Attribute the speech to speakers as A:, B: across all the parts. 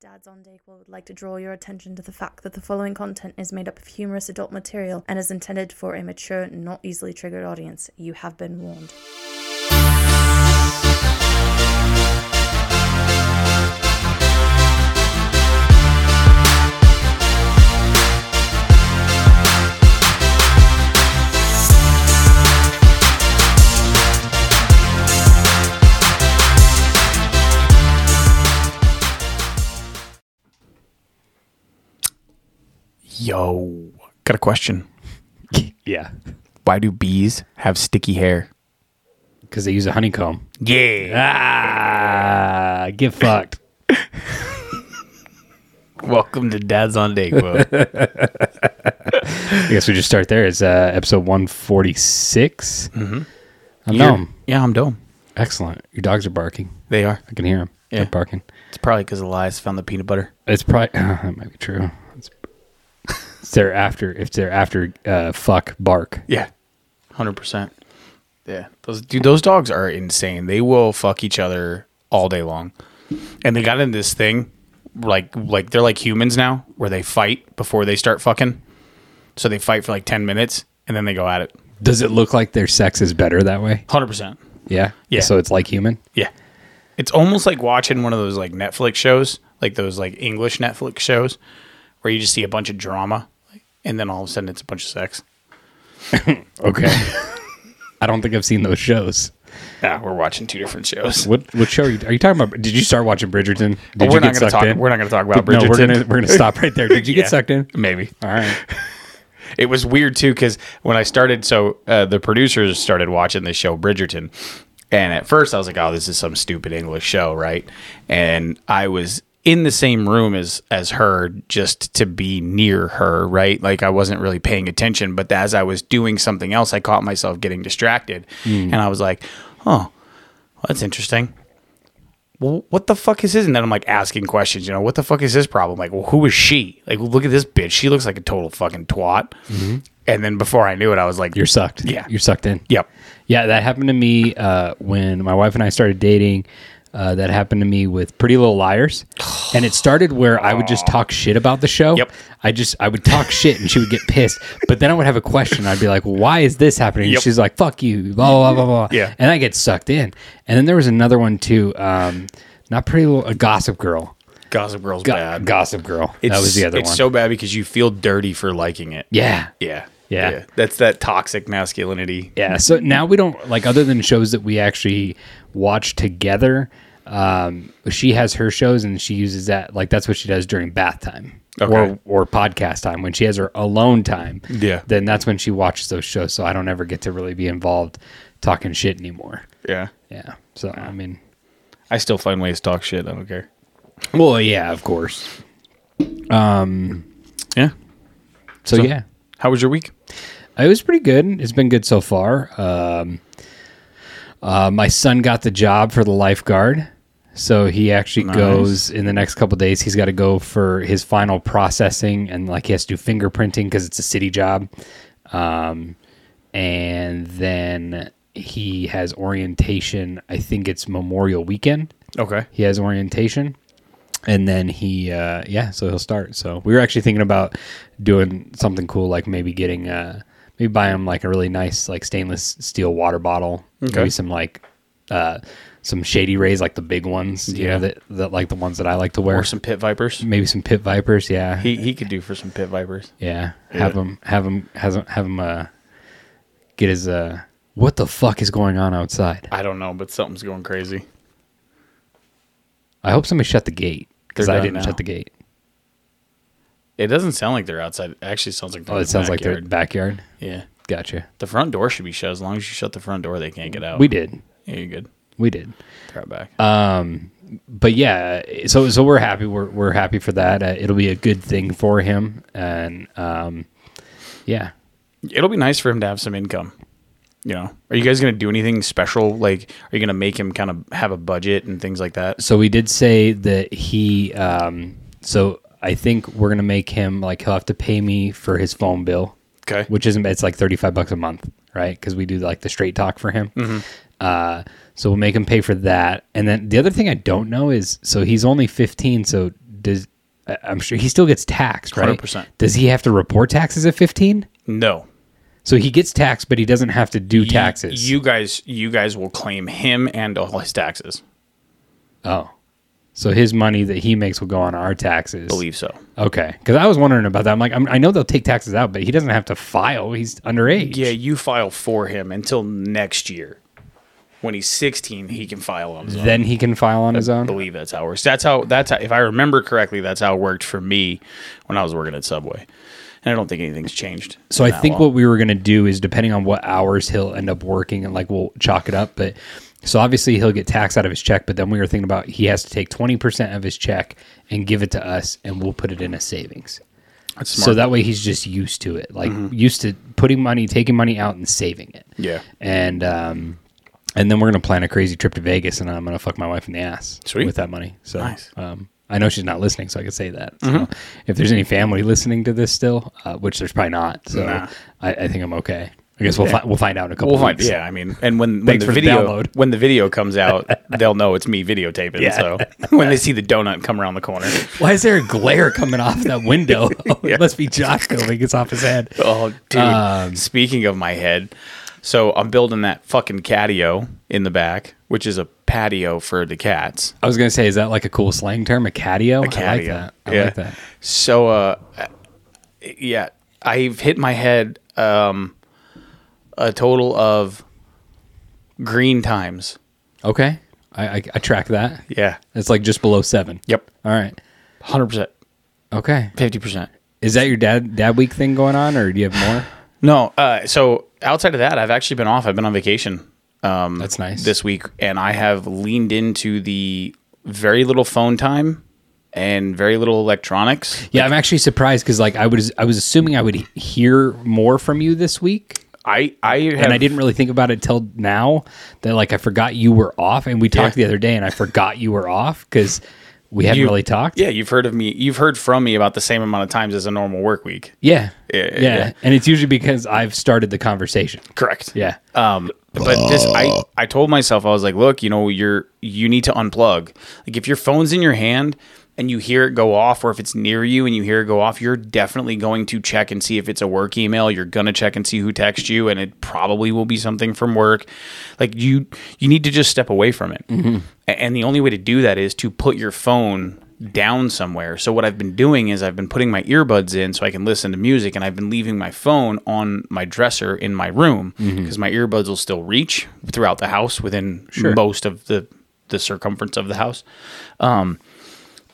A: Dads on Dayquil would like to draw your attention to the fact that the following content is made up of humorous adult material and is intended for a mature, not easily triggered audience. You have been warned.
B: Yo, got a question.
C: Yeah,
B: Why do bees have sticky hair?
C: because they use a honeycomb.
B: Yeah.
C: Ah, get fucked.
B: Welcome to Dad's on Deck, bro.
C: I guess we just start there. It's uh, episode one forty six. Mm-hmm. I'm numb.
B: yeah, I'm dome.
C: Excellent. Your dogs are barking.
B: They are.
C: I can hear them.
B: Yeah.
C: They're barking.
B: It's probably because Elias found the peanut butter.
C: It's probably that might be true. It's, it's they're after if they're after uh, fuck bark.
B: Yeah, hundred percent. Yeah, those dude, those dogs are insane. They will fuck each other all day long, and they got in this thing, like like they're like humans now, where they fight before they start fucking. So they fight for like ten minutes, and then they go at it.
C: Does it look like their sex is better that way?
B: Hundred percent.
C: Yeah.
B: Yeah.
C: So it's like human.
B: Yeah. It's almost like watching one of those like Netflix shows, like those like English Netflix shows where you just see a bunch of drama like, and then all of a sudden it's a bunch of sex.
C: Okay. I don't think I've seen those shows.
B: Yeah, Ah, we're watching two different shows.
C: What what show are you, are you talking about? Did you start watching Bridgerton? Did
B: But
C: you
B: we're not
C: get
B: going to
C: sucked
B: talk
C: in?
B: we're not going to talk about Bridgerton.
C: No, we're gonna we're gonna stop right there. Did you
B: Yeah.
C: get sucked in?
B: Maybe.
C: All right.
B: It was weird too cuz when I started so uh, the producers started watching this show Bridgerton and at first I was like, "Oh, this is some stupid English show, right?" And I was in the same room as as her just to be near her, right? Like I wasn't really paying attention, but as I was doing something else, I caught myself getting distracted and I was like, "Oh, well, that's interesting. Well, what the fuck is this? And then I'm like asking questions, you know, what the fuck is this problem? Like, well, who is she? Like, look at this bitch. She looks like a total fucking twat. And then before I knew it, I was like,
C: Mm-hmm. You're sucked.
B: Yeah.
C: You're sucked in.
B: Yep.
C: Yeah, that happened to me uh, when my wife and I started dating. Uh, that happened to me with Pretty Little Liars, and it started where I would just talk shit about the show.
B: Yep.
C: I just I would talk shit, and she would get pissed. But then I would have a question. I'd be like, "Why is this happening?" And
B: Yep.
C: She's like, "Fuck you!" Blah blah blah blah.
B: Yeah.
C: And I get sucked in. And then there was another one too. Um, not Pretty Little, uh, Gossip Girl.
B: Gossip Girl's
C: Go-
B: bad.
C: Gossip Girl.
B: It's-
C: that was the other
B: It's
C: one.
B: so bad because you feel dirty for liking it.
C: yeah.
B: Yeah.
C: Yeah.
B: That's that toxic masculinity.
C: Yeah. So now we don't like other than shows that we actually watch together. Um, she has her shows and she uses that like that's what she does during bath time
B: Okay.
C: or or podcast time when she has her alone time.
B: Yeah.
C: Then that's when she watches those shows. So I don't ever get to really be involved talking shit anymore.
B: Yeah.
C: Yeah. So I mean,
B: I still find ways to talk shit. I don't care.
C: well, yeah, of course.
B: Yeah.
C: So,
B: So-
C: yeah,
B: How was your week?
C: Uh, it was pretty good. It's been good so far. Um, uh, my son got the job for the lifeguard. So he actually
B: Nice.
C: goes in the next couple days. He's got to go for his final processing and like he has to do fingerprinting because it's a city job. Um, and then he has orientation. I think it's Memorial Weekend.
B: Okay.
C: He has orientation. And then he, uh, yeah, so he'll start. So we were actually thinking about doing something cool, like maybe getting, uh, maybe buy him like a really nice, like stainless steel water bottle. Maybe some like, uh, some shady rays, like the big ones, you
B: Yeah.
C: know, that, that like the ones that I like to wear.
B: Or some pit vipers.
C: maybe some pit vipers. Yeah.
B: He he could do for some pit vipers.
C: yeah. Have him, have him, has him, have him, uh, get his, uh, what the fuck is going on outside?
B: I don't know, but something's going crazy.
C: I hope somebody shut the gate because
B: They're
C: I
B: done
C: didn't
B: now.
C: shut the gate.
B: It doesn't sound like they're outside. It actually sounds like they're
C: Oh,
B: in
C: it
B: the
C: sounds like they're
B: backyard.
C: backyard.
B: Yeah.
C: Gotcha.
B: The front door should be shut. As long as you shut the front door, they can't get out.
C: We Uh, did.
B: Yeah, you're good.
C: We did.
B: Throw it back.
C: But yeah, so so we're happy. We're we're happy for that. Uh, it'll be a good thing for him. And um, yeah,
B: It'll be nice for him to have some income. You know, are you guys going to do anything special? Like, are you going to make him kind of have a budget and things like that?
C: so we did say that he. Um, so I think we're gonna make him like he'll have to pay me for his phone bill.
B: Okay.
C: which isn't it's like 35 bucks a month right because we do like the straight talk for him
B: Mm-hmm.
C: uh, so we'll make him pay for that and then the other thing i don't know is so he's only 15 so does I- I'm sure he still gets taxed, right?
B: 100%.
C: Does he have to report taxes at 15?
B: No.
C: So he gets taxed, but he doesn't have to do
B: You-
C: taxes.
B: You, guys you guys will claim him and all his taxes.
C: oh, so his money that he makes will go on our taxes.
B: believe so.
C: Okay, because I was wondering about that. I'm like, I'm, I know they'll take taxes out, but he doesn't have to file. He's underage.
B: Yeah, you file for him until next year. When he's 16, he can file on his own.
C: Then he can file on his
B: I
C: own.
B: believe that's how it works. That's how that's how, if I remember correctly, that's how it worked for me when I was working at Subway. And I don't think anything's changed.
C: So I think what we were going to do is depending on what hours he'll end up working and like we'll chalk it up. But so obviously he'll get taxed out of his check. But then we were thinking about he has to take 20% of his check and give it to us and we'll put it in a savings.
B: that's
C: So that way he's just used to it, like used to putting money, taking money out and saving it.
B: Mm-hmm. Yeah.
C: And, um, and then we're going to plan a crazy trip to Vegas and I'm going to fuck my wife in the ass
B: Sweet.
C: with that money. So,
B: Nice. Mm-hmm.
C: um, I know she's not listening, so I could say that. So if there's any family listening to this still, uh, which there's probably not, so
B: Nah.
C: I, I think I'm okay. I guess we'll fi- we'll find out in a couple.
B: We'll find,
C: weeks.
B: yeah, I mean, and when, when
C: Thanks
B: the
C: for the
B: video
C: download.
B: when the video comes out, they'll know it's me videotaping.
C: Yeah.
B: So when they see the donut come around the corner,
C: Why is there a glare coming off that window?
B: Yeah.
C: It must be Josh going. It's off his head.
B: Oh, dude. Speaking of my head, so I'm building that fucking catio in the back, which is a patio for the cats.
C: I was gonna say, is that like a cool slang term? A
B: A
C: catio. I like
B: catio.
C: that. I
B: yeah.
C: like that.
B: So, uh, yeah, I've hit my head um, a total of green times.
C: Okay, I, I I track that.
B: Yeah.
C: It's like just below seven.
B: Yep.
C: All right.
B: 100%.
C: Okay.
B: 50%.
C: Is that your dad dad week thing going on, or do you have more?
B: No, uh, so outside of that, I've actually been off. I've been on vacation. Um,
C: That's nice.
B: This week, and I have leaned into the very little phone time and very little electronics.
C: Yeah, I'm actually surprised because like I was I was assuming I would he- hear more from you this week,
B: I I have,
C: and I didn't really think about it till now that like I forgot you were off, and we talked
B: Yeah.
C: the other day, and I forgot you were off because we hadn't
B: you-
C: really talked.
B: Yeah, you've heard of me. You've heard from me about the same amount of times as a normal work week.
C: yeah,
B: Yeah,
C: yeah,
B: yeah.
C: and it's usually because I've started the conversation.
B: Correct.
C: Yeah,
B: Um, but this, I, I told myself, I was like, look, you know, you're, you need to unplug. Like if your phone's in your hand and you hear it go off, or if it's near you and you hear it go off, you're definitely going to check and see if it's a work email. You're going to check and see who texted you. And it probably will be something from work. Like you, you need to just step away from it. A- And the only way to do that is to put your phone down somewhere. So what I've been doing is I've been putting my earbuds in so I can listen to music and I've been leaving my phone on my dresser in my room because my earbuds will still reach throughout the house within most of the the circumference of the house. Um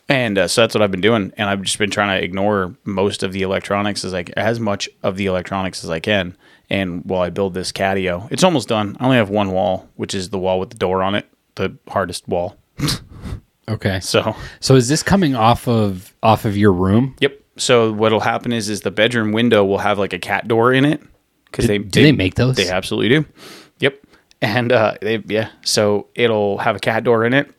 B: and uh, so that's what I've been doing and I've just been trying to ignore most of the electronics as I as much of the electronics as I can and while I build this catio. It's almost done. I only have one wall, which is the wall with the door on it, the hardest wall.
C: okay.
B: So
C: So is this coming off of off of your room?
B: Yep. So what'll happen is is the bedroom window will have like a cat door in it because they
C: do they make those?
B: They absolutely do. Yep. And uh, they yeah. So it'll have a cat door in it,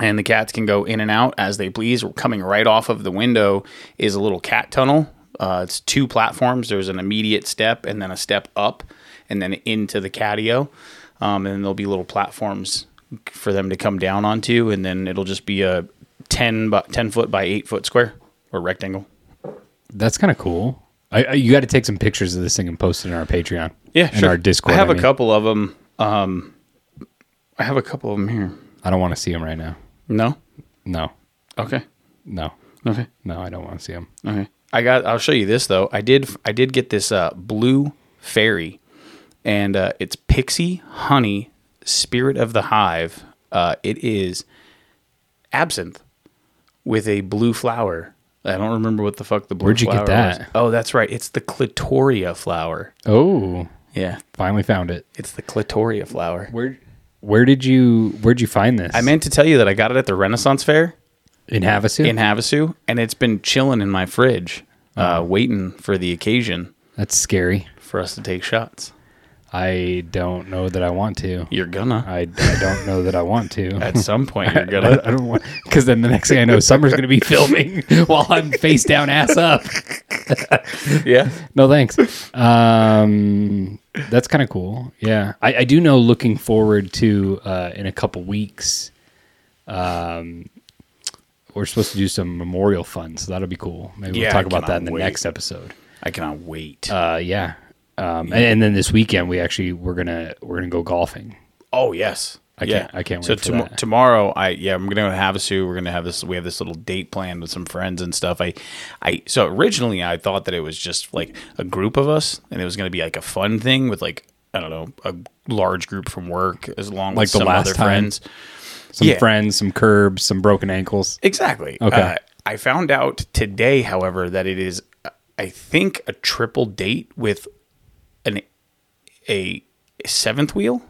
B: and the cats can go in and out as they please. Coming right off of the window is a little cat tunnel. Uh, it's two platforms. There's an immediate step and then a step up, and then into the catio. Um, and there'll be little platforms for them to come down onto, and then it'll just be a ten by ten foot by eight foot square or rectangle.
C: That's kind of cool. I, I, you got to take some pictures of this thing and post it in our Patreon.
B: Yeah,
C: in our Discord.
B: I have a
C: mean.
B: couple of them. Um, I have a couple of them here.
C: I don't want to see them right now.
B: No.
C: No,
B: Okay.
C: no,
B: Okay.
C: no. I don't want to see them.
B: Okay. I got. I'll show you this though. I did. I did get this uh, blue fairy, and uh, it's pixie honey spirit of the hive. Uh, it is absinthe with a blue flower. I don't remember what the fuck the blue
C: Where'd you get
B: flower was.
C: that?
B: Oh, that's right. It's the clitoria flower.
C: Oh,
B: Yeah,
C: finally found it.
B: it's the clitoria flower.
C: Where where did you where'd you find this?
B: I meant to tell you that I got it at the Renaissance Fair.
C: in Havasu.
B: in Havasu, and it's been chilling in my fridge, uh, waiting for the occasion
C: That's scary.
B: for us to take shots.
C: I don't know that I want to.
B: You're gonna
C: I, I don't know that I want to.
B: at some point. You're
C: I,
B: gonna.
C: I don't want because then the next thing I know, Summer's going to be filming while I'm face down, ass up.
B: yeah.
C: No thanks. Um, that's kind of cool. Yeah, I, I do know. Looking forward to uh, in a couple weeks. Um, we're supposed to do some memorial fund, so that'll be cool. Maybe
B: Yeah,
C: we'll
B: I
C: talk about
B: cannot
C: that in the
B: wait.
C: next episode.
B: I cannot wait.
C: Uh, yeah. Um, And, and then this weekend we actually we're gonna we're gonna go golfing.
B: oh yes.
C: I can't- I can't
B: So
C: wait for
B: tomo-
C: that.
B: tomorrow, I yeah, I'm gonna go to Havasu. We're gonna have this. We have this little date planned with some friends and stuff. I, I so originally I thought that it was just like a group of us, and it was gonna be like a fun thing with like I don't know a large group from work as long
C: Like
B: as
C: the
B: some
C: last
B: other
C: time?
B: friends.
C: Some
B: Yeah.
C: friends, some curbs, some broken ankles.
B: Exactly.
C: Okay.
B: Uh, I found out today, however, that it is, uh, I think, a triple date with an a seventh wheel.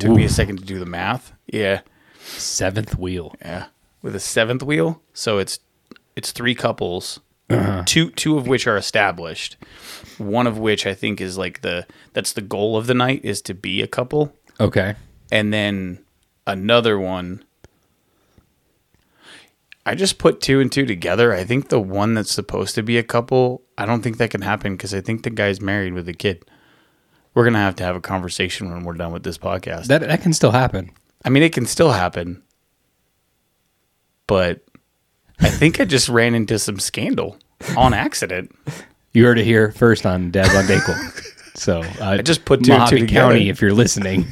B: Took me a second to do the math. Yeah,
C: Seventh wheel.
B: yeah, with a seventh wheel. So it's it's three couples, two two of which are established, one of which I think is like the that's the goal of the night is to be a couple
C: Okay.
B: and then another one. I just put two and two together. I think the one that's supposed to be a couple, I don't think that can happen because I think the guy's married with a kid. We're gonna have to have a conversation when we're done with this podcast.
C: That that can still happen.
B: I mean, it can still happen, but I think I just ran into some scandal on accident.
C: You heard it here first on Dad on Dayquil. So uh, I
B: just put two and two together.
C: County, if you're listening,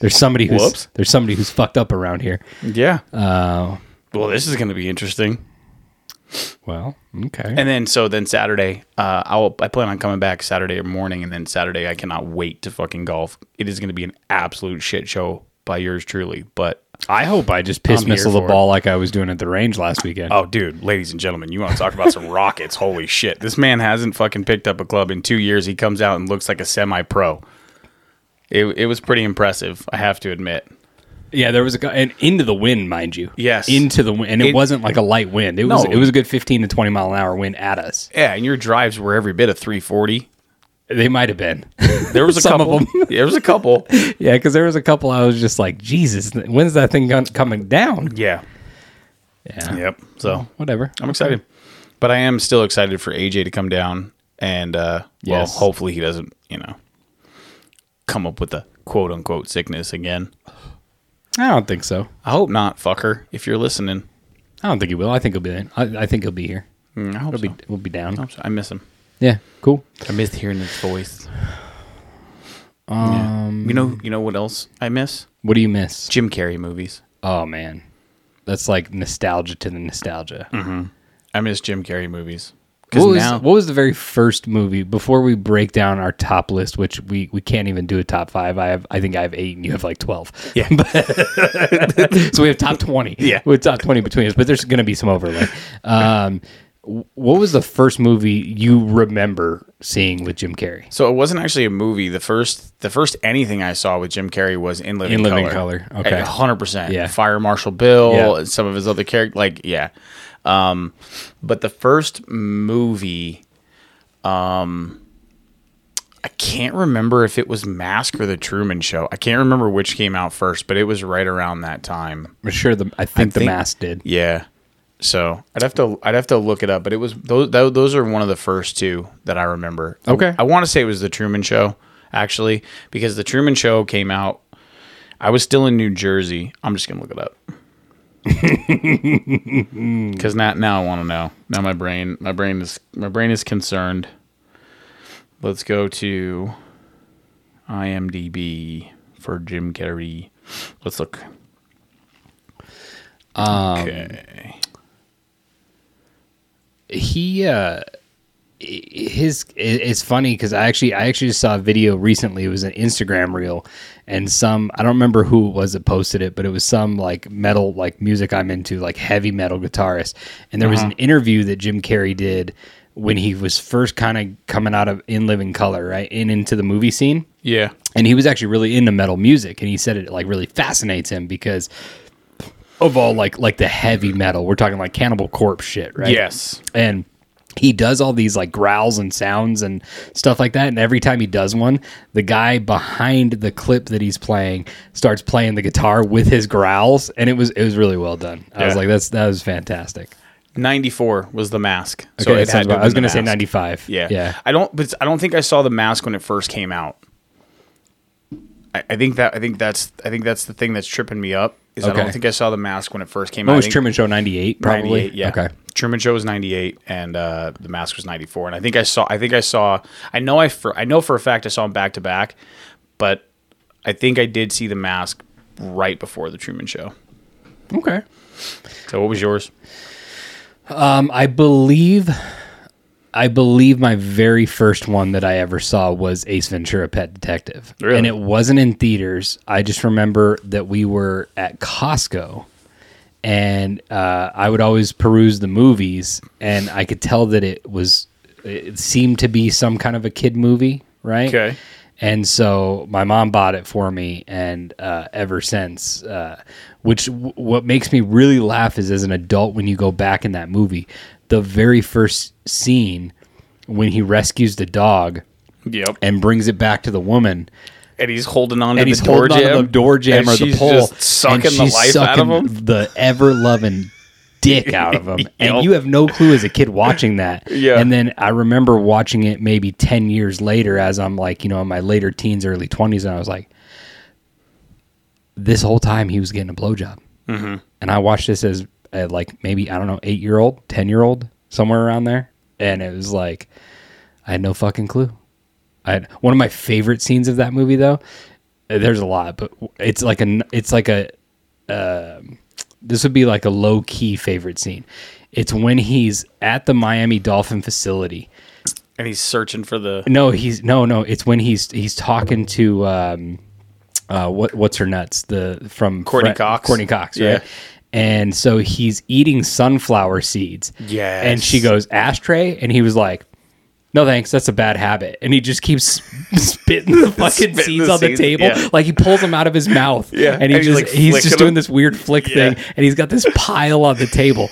C: there's somebody who's
B: Whoops.
C: there's somebody who's fucked up around here.
B: Yeah.
C: Uh,
B: Well, this is gonna be interesting.
C: well, okay.
B: And then so then Saturday, uh, I'll I plan on coming back Saturday morning, and then Saturday I cannot wait to fucking golf. It is going to be an absolute shit show by yours truly. But
C: I hope I just piss
B: I'm here
C: missile the
B: for it.
C: ball like I was doing at the range last weekend.
B: oh, dude, ladies and gentlemen, you want to talk about some rockets? Holy shit! This man hasn't fucking picked up a club in two years. He comes out and looks like a semi-pro. It it was pretty impressive, I have to admit.
C: Yeah, there was a guy and into the wind, mind you.
B: Yes.
C: into the wind, and it,
B: It-
C: wasn't like a light wind. It was
B: No.
C: it was a good fifteen to twenty mile an hour wind at us.
B: Yeah, and your drives were every bit of three forty.
C: They might have been,
B: There was a
C: Some of
B: couple.
C: them.
B: There was a couple.
C: yeah, because there was a couple. I was just like, Jesus, when's that thing gon- coming down?
B: Yeah.
C: Yeah,
B: Yep. So
C: whatever.
B: I'm excited, but I am still excited for AJ to come down and uh,
C: Yes.
B: well, hopefully he doesn't, you know, come up with a quote unquote sickness again.
C: I don't think so.
B: I hope not, fucker. If you're listening,
C: I don't think he will. I think he'll be. In. I, I think he'll be here.
B: Mm, I hope
C: He'll
B: so. Oh.
C: be. We'll be down.
B: I hope so. I miss him.
C: Yeah. Cool.
B: I missed hearing his voice. Um, you know, you know what else I miss?
C: What do you miss?
B: Jim Carrey movies.
C: Oh man, that's like nostalgia to the nostalgia.
B: Mm-hmm. I miss Jim Carrey movies because
C: What was,
B: now
C: what was the very first movie before we break down our top list, which we, we can't even do a top five. I have I think I have eight and you have like twelve.
B: Yeah.
C: so we have top twenty.
B: Yeah.
C: we have top twenty between us, but there's going to be some overlay. Um, w- what was the first movie you remember seeing with Jim Carrey
B: So it wasn't actually a movie. The first, the first anything I saw with Jim Carrey was in Living
C: In
B: Color.
C: Living Color, okay.
B: hundred percent.
C: Yeah.
B: Fire Marshal Bill,
C: Yeah.
B: and some of his other characters. Like, yeah. Um, but the first movie, um, I can't remember if it was Mask or The Truman Show. I can't remember which came out first, but it was right around that time.
C: I'm sure the I think the mask did.
B: Yeah. So I'd have to I'd have to look it up, but it was those tho- those are one of the first two that I remember.
C: Okay.
B: I, want to say it was the Truman Show actually because the Truman Show came out. I was still in New Jersey. I'm just gonna look it up because now now I want to know. Now my brain my brain is my brain is concerned. Let's go to IMDb for Jim Carrey. Let's look.
C: Um,
B: okay.
C: he uh his it- it's funny because i actually i actually saw a video recently it was an instagram reel and some i don't remember who it was that posted it but it was some like metal like music i'm into like heavy metal guitarist and there was an interview that jim carrey did when he was first kind of coming out of in living color right and into the movie scene
B: Yeah.
C: and he was actually really into metal music and he said it like really fascinates him because of all like like the heavy metal we're talking like cannibal corpse shit right
B: Yes.
C: and he does all these like growls and sounds and stuff like that and every time he does one the guy behind the clip that he's playing starts playing the guitar with his growls and it was it was really well done i was
B: Yeah.
C: like that's that was fantastic
B: 94 was the mask.
C: okay that
B: it had
C: sounds
B: to
C: about,
B: have
C: i was
B: been
C: gonna
B: The
C: say
B: Mask.
C: 95
B: Yeah.
C: yeah
B: I don't but I don't think I saw the mask when it first came out. I, I think that I think that's I think that's the thing that's tripping me up. Is I
C: Okay.
B: don't think I saw the mask when it first came
C: When
B: out.
C: was
B: I think
C: Truman Show? Ninety eight, probably.
B: 98, yeah.
C: Okay.
B: Truman Show was ninety eight, and uh, the mask was ninety four. And I think I saw. I think I saw. I know. I for I know for a fact I saw them back to back, but I think I did see the mask right before the Truman Show.
C: Okay.
B: So what was yours?
C: Um, I believe, I believe my very first one that I ever saw was Ace Ventura: Pet Detective,
B: Really?
C: and it wasn't in theaters. I just remember that we were at Costco, and uh, I would always peruse the movies, and I could tell that it was, it seemed to be some kind of a kid movie, right?
B: Okay.
C: And so my mom bought it for me, and uh, ever since, uh, which w- what makes me really laugh is as an adult when you go back in that movie, the very first scene when he rescues the dog
B: Yep. And,
C: and brings it back to the woman,
B: he's holding on to
C: and
B: the
C: he's
B: door
C: holding
B: jam.
C: on to the door jam
B: and
C: or the
B: she's
C: pole,
B: just
C: and
B: sucking the
C: she's
B: life out of
C: sucking
B: him.
C: the ever loving dick out of him,
B: Yep.
C: and you have no clue as a kid watching that.
B: Yeah.
C: And then I remember watching it maybe ten years later, as I'm like, you know, in my later teens, early twenties, and I was like, this whole time he was getting a blowjob, mm-hmm. and I watched this as uh, like maybe I don't know, eight year old, ten year old, somewhere around there, and it was like I had no fucking clue. I had, one of my favorite scenes of that movie though. uh, There's a lot, but it's like a n- it's like a this would be like a low key favorite scene. It's when he's at the Miami Dolphin facility.
B: And he's searching for the
C: No, he's no, no. It's when he's he's talking to um, uh, what what's her nuts the from
B: Courtney
C: Fre-
B: Cox.
C: Courtney Cox, right?
B: Yeah.
C: And so he's eating sunflower seeds.
B: Yes.
C: And she goes ashtray, and he was like. No thanks, that's a bad habit. And he just keeps spitting the fucking
B: Spitting the
C: seeds on the
B: seeds,
C: table.
B: yeah.
C: Like he pulls them out of his mouth.
B: Yeah,
C: And
B: and
C: he
B: he's,
C: just
B: like,
C: he's just
B: flicking
C: doing
B: them.
C: this weird flick
B: Yeah.
C: thing and he's got this pile on the table.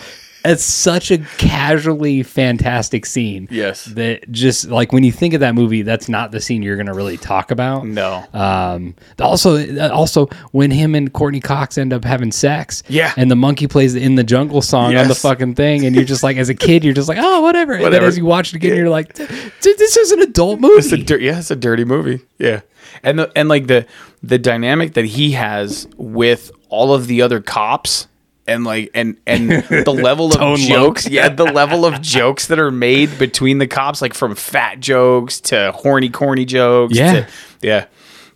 C: It's such a casually fantastic scene.
B: Yes.
C: That just like when you think of that movie, that's not the scene you're going to really talk about.
B: no.
C: Um, also, also when him and Courtney Cox end up having sex,
B: Yeah.
C: and the monkey plays the "In the Jungle" song on the
B: Yes.
C: fucking thing, and you're just like, as a kid, you're just like, oh, whatever. And then
B: Whatever.
C: as you watch it again, you're like, "Dude, this is an adult movie.
B: It's a dir- yeah, it's a dirty movie. Yeah, and the and like the the dynamic that he has with all of the other cops and like and and the level
C: Tone
B: of
C: loc.
B: jokes, yeah, the level of jokes that are made between the cops, like from fat jokes to horny corny jokes.
C: Yeah.
B: to- yeah.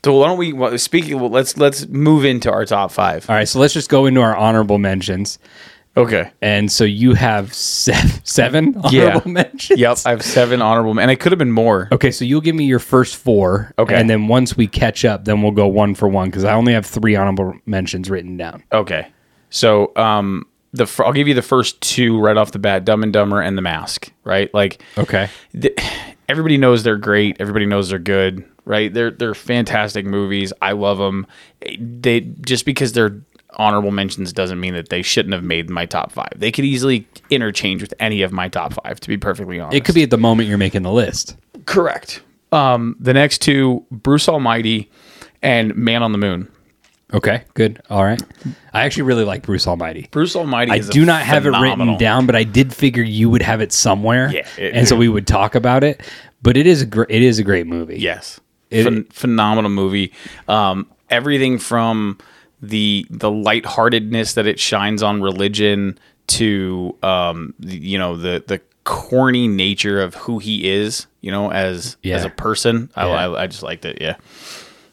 B: So why don't we well, speaking? Well, let's let's move into our top five.
C: All right, so let's just go into our honorable mentions.
B: Okay.
C: And so you have seven, seven honorable mentions.
B: Yep. I have seven honorable, men- and it could have been more.
C: Okay, so you'll give me your first four.
B: Okay.
C: And then once we catch up, then we'll go one for one because I only have three honorable mentions written down.
B: Okay. So, um, the fir- I'll give you the first two right off the bat: Dumb and Dumber and The Mask. Right? Like,
C: Okay.
B: th- everybody knows they're great. Everybody knows they're good. Right? They're they're fantastic movies. I love them. They just because they're honorable mentions doesn't mean that they shouldn't have made my top five. They could easily interchange with any of my top five. To be perfectly honest,
C: It could be at the moment you're making the list.
B: correct. Um, the next two: Bruce Almighty and Man on the Moon.
C: Okay, good. All right. I actually really like Bruce Almighty.
B: Bruce Almighty.
C: I
B: is a
C: do not have it
B: phenomenal-
C: written down, but I did figure you would have it somewhere.
B: Yeah, it-
C: and so we would talk about it. But it is a gr- it is a great movie.
B: Yes, Phen- phenomenal movie. Um, everything from the the lightheartedness that it shines on religion to um, the- you know the the corny nature of who he is, you know, as
C: Yeah.
B: as a person. I,
C: Yeah.
B: I I just liked it. Yeah.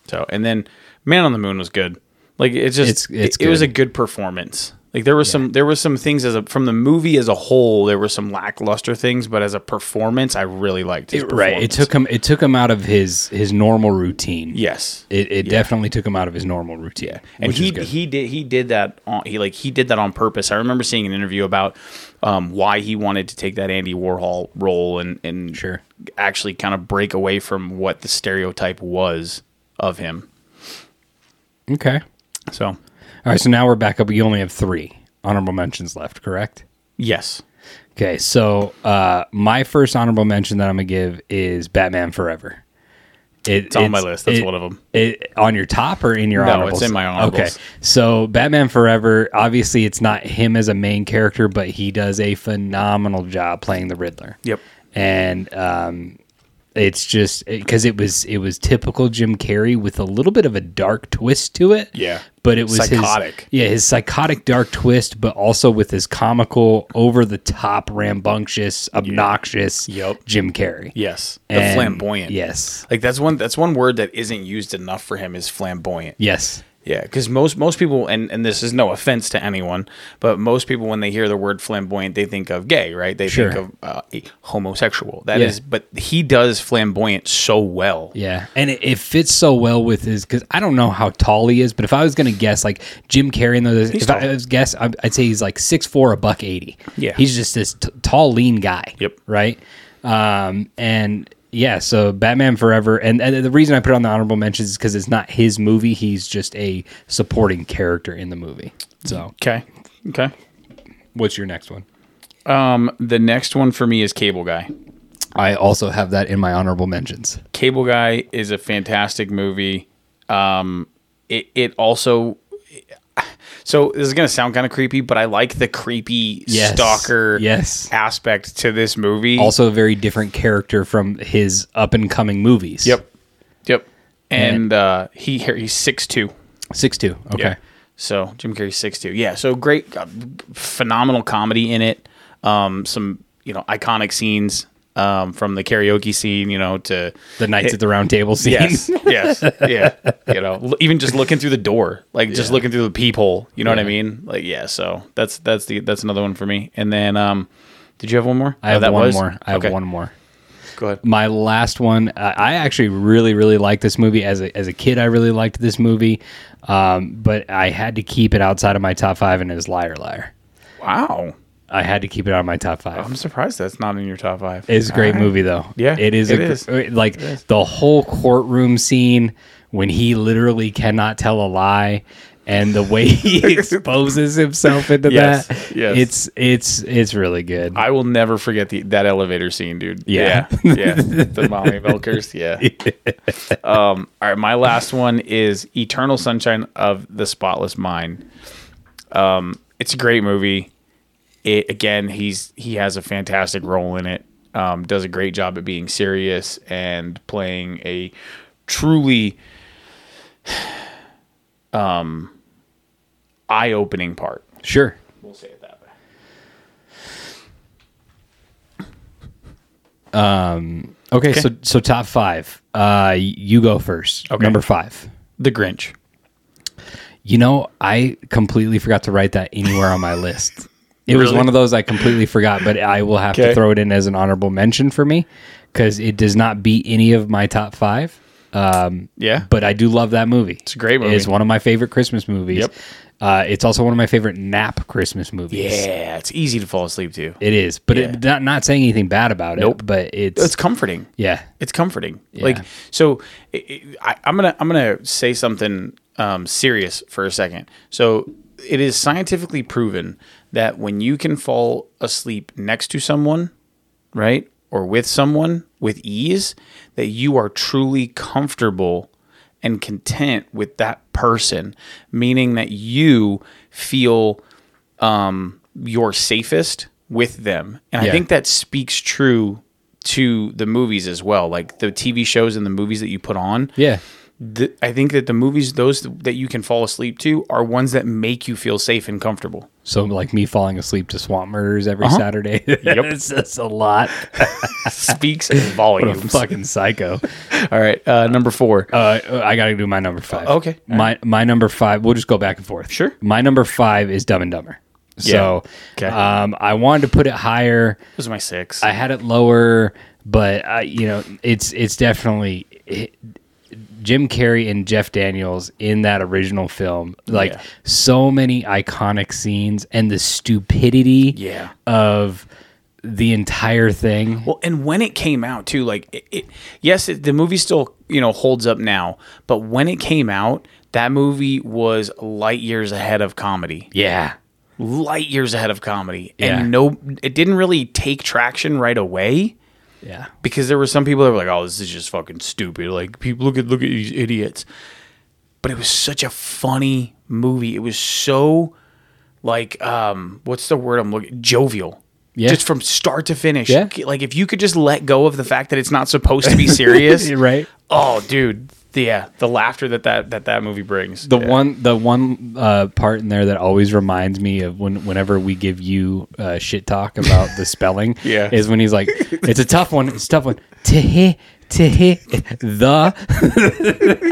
B: So and then Man on the Moon was good. Like it just
C: It's- it's
B: it, it was a
C: good.
B: good performance. Like there were some there were some things as a from the movie as a whole there were some lackluster things, but as a performance, I really liked his
C: Right. It
B: performance.
C: took him it took him out of his his normal routine.
B: yes
C: It, it definitely took him out of his normal routine.
B: and
C: which is
B: he
C: good.
B: he did he did that on he like he did that on purpose. I remember seeing an interview about um, why he wanted to take that Andy Warhol role and and
C: Sure.
B: actually kind of break away from what the stereotype was of him.
C: Okay.
B: So
C: All right, so now we're back up. You only have three honorable mentions left, correct?
B: yes,
C: Okay, so uh, my first honorable mention that I'm gonna give is Batman Forever. It- it's
B: on my list. That's one of 'em.
C: It, on your top or in your
B: No, it's
C: honorables?
B: in my honorables.
C: Okay, so Batman Forever. Obviously, it's not him as a main character, but he does a phenomenal job playing the Riddler.
B: Yep.
C: and um, It's just because it was it was typical Jim Carrey with a little bit of a dark twist to it.
B: Yeah.
C: but it was
B: Psychotic.
C: His, yeah, his psychotic dark twist, but also with his comical, over the top, rambunctious, obnoxious
B: Yep.
C: Jim Carrey.
B: Yes, the
C: And-
B: flamboyant.
C: Yes.
B: like that's one that's one word that isn't used enough for him is flamboyant.
C: Yes.
B: Yeah, because most most people, and and this is no offense to anyone, but most people when they hear the word flamboyant, they think of gay, right? They
C: Sure.
B: think of uh, homosexual. That is,
C: Yeah.
B: but he does flamboyant so well.
C: Yeah, and it, it fits so well with his because I don't know how tall he is, but if I was going to guess, like Jim Carrey, in those, if
B: tall.
C: I was guess, I'd, I'd say he's like six four, a buck eighty.
B: Yeah.
C: he's just this t- tall, lean guy.
B: Yep.
C: Right. Um. And yeah, so Batman Forever, and, and the reason I put it on the honorable mentions is because it's not his movie; he's just a supporting character in the movie. So,
B: Okay, okay.
C: what's your next one?
B: Um, the next one for me is Cable Guy.
C: I also have that in my honorable mentions.
B: Cable Guy is a fantastic movie. Um, it it also so this is gonna sound kind of creepy, but I like the creepy
C: Yes.
B: stalker
C: Yes.
B: aspect to this movie.
C: Also, a very different character from his up and coming movies.
B: Yep. Yep. And uh, he he's six two.
C: six two. Okay.
B: So Jim Carrey's six two. Yeah. So great, uh, phenomenal comedy in it. Um, some you know iconic scenes um, from the karaoke scene. You know to
C: the Knights at the Round Table scene.
B: yes, yes, yeah. You know, l- even just looking through the door, like just looking through the peephole. You know what I mean? Like yeah. So that's that's the that's another one for me. And then um, did you have one more? Oh,
C: I have
B: that
C: one
B: was?
C: more. I have
B: Okay,
C: one more.
B: Go ahead.
C: My last one. Uh, I actually really, really liked this movie as a as a kid. I really liked this movie, um, but I had to keep it outside of my top five, and it was Liar Liar.
B: Wow.
C: I had to keep it out of my top five.
B: I'm surprised that's not in your top five.
C: It's a great
B: All right.
C: movie though.
B: Yeah,
C: it is.
B: it
C: a,
B: is.
C: gr- uh, Like the whole courtroom scene when he literally cannot tell a lie, and the way he exposes himself into
B: Yes,
C: that.
B: yes.
C: it's it's it's really good.
B: I will never forget the that elevator scene, dude.
C: Yeah.
B: yeah, yeah. the mommy milkers. Yeah. Um. All right, my last one is Eternal Sunshine of the Spotless Mind. Um, it's a great movie. It again, he's he has a fantastic role in it. Um, does a great job at being serious and playing a truly um eye-opening part.
C: sure.
B: We'll say it that way.
C: Okay, so so top five. Uh, y- you go first.
B: Okay.
C: Number five.
B: The Grinch.
C: You know, I completely forgot to write that anywhere on my list. It was
B: Really?
C: one of those I completely forgot, but I will have
B: Okay.
C: to throw it in as an honorable mention for me because it does not beat any of my top five. Um,
B: Yeah.
C: but I do love that movie. It's
B: a great movie.
C: It's one of my favorite Christmas movies.
B: Yep.
C: Uh, it's also one of my favorite nap Christmas movies.
B: Yeah, it's easy to fall asleep to.
C: It is, but
B: Yeah.
C: it, not not saying anything bad about it.
B: Nope.
C: But it's,
B: It's comforting.
C: yeah,
B: It's comforting. Like so, i I, I'm gonna I'm gonna say something um, serious for a second. So it is scientifically proven that when you can fall asleep next to someone, right, or with someone with ease, that you are truly comfortable and content with that person, meaning that you feel um, your safest with them. And I
C: Yeah.
B: think that speaks true to the movies as well, like the TV shows and the movies that you put on.
C: yeah.
B: The, I think that the movies, those that you can fall asleep to, are ones that make you feel safe and comfortable.
C: So like me falling asleep to Swamp Murders every
B: Uh-huh.
C: Saturday. Yep, it's just a lot.
B: Speaks in
C: What a
B: volumes.
C: fucking psycho.
B: All right, uh, number four.
C: Uh, I gotta do my number five.
B: Uh, okay.
C: My my number five. We'll just go back and forth.
B: Sure.
C: My number five is Dumb and Dumber. So,
B: Okay.
C: um, I wanted to put it higher.
B: this is my six.
C: I had it lower, but I, you know, it's it's definitely it, Jim Carrey and Jeff Daniels in that original film. Like
B: Yeah.
C: so many iconic scenes and the stupidity
B: Yeah.
C: of the entire thing.
B: Well, and when it came out too, like it, it yes, it, the movie still you know holds up now, but when it came out, that movie was light years ahead of comedy,
C: yeah.
B: light years ahead of comedy,
C: Yeah.
B: and no, it didn't really take traction right away
C: Yeah.
B: because there were some people that were like, "Oh, this is just fucking stupid." Like, people look at look at these idiots. But it was such a funny movie. It was so like um, what's the word I'm looking jovial.
C: Yeah.
B: just from start to finish.
C: Yeah.
B: Like if you could just let go of the fact that it's not supposed to be serious,
C: Right.
B: Oh, dude, the, yeah, the laughter that that that, that movie brings.
C: The
B: Yeah.
C: one, the one uh, part in there that always reminds me of when, whenever we give you uh, shit talk about the spelling,
B: Yeah.
C: is when he's like, "It's a tough one. It's a tough one." To hit, to hit the,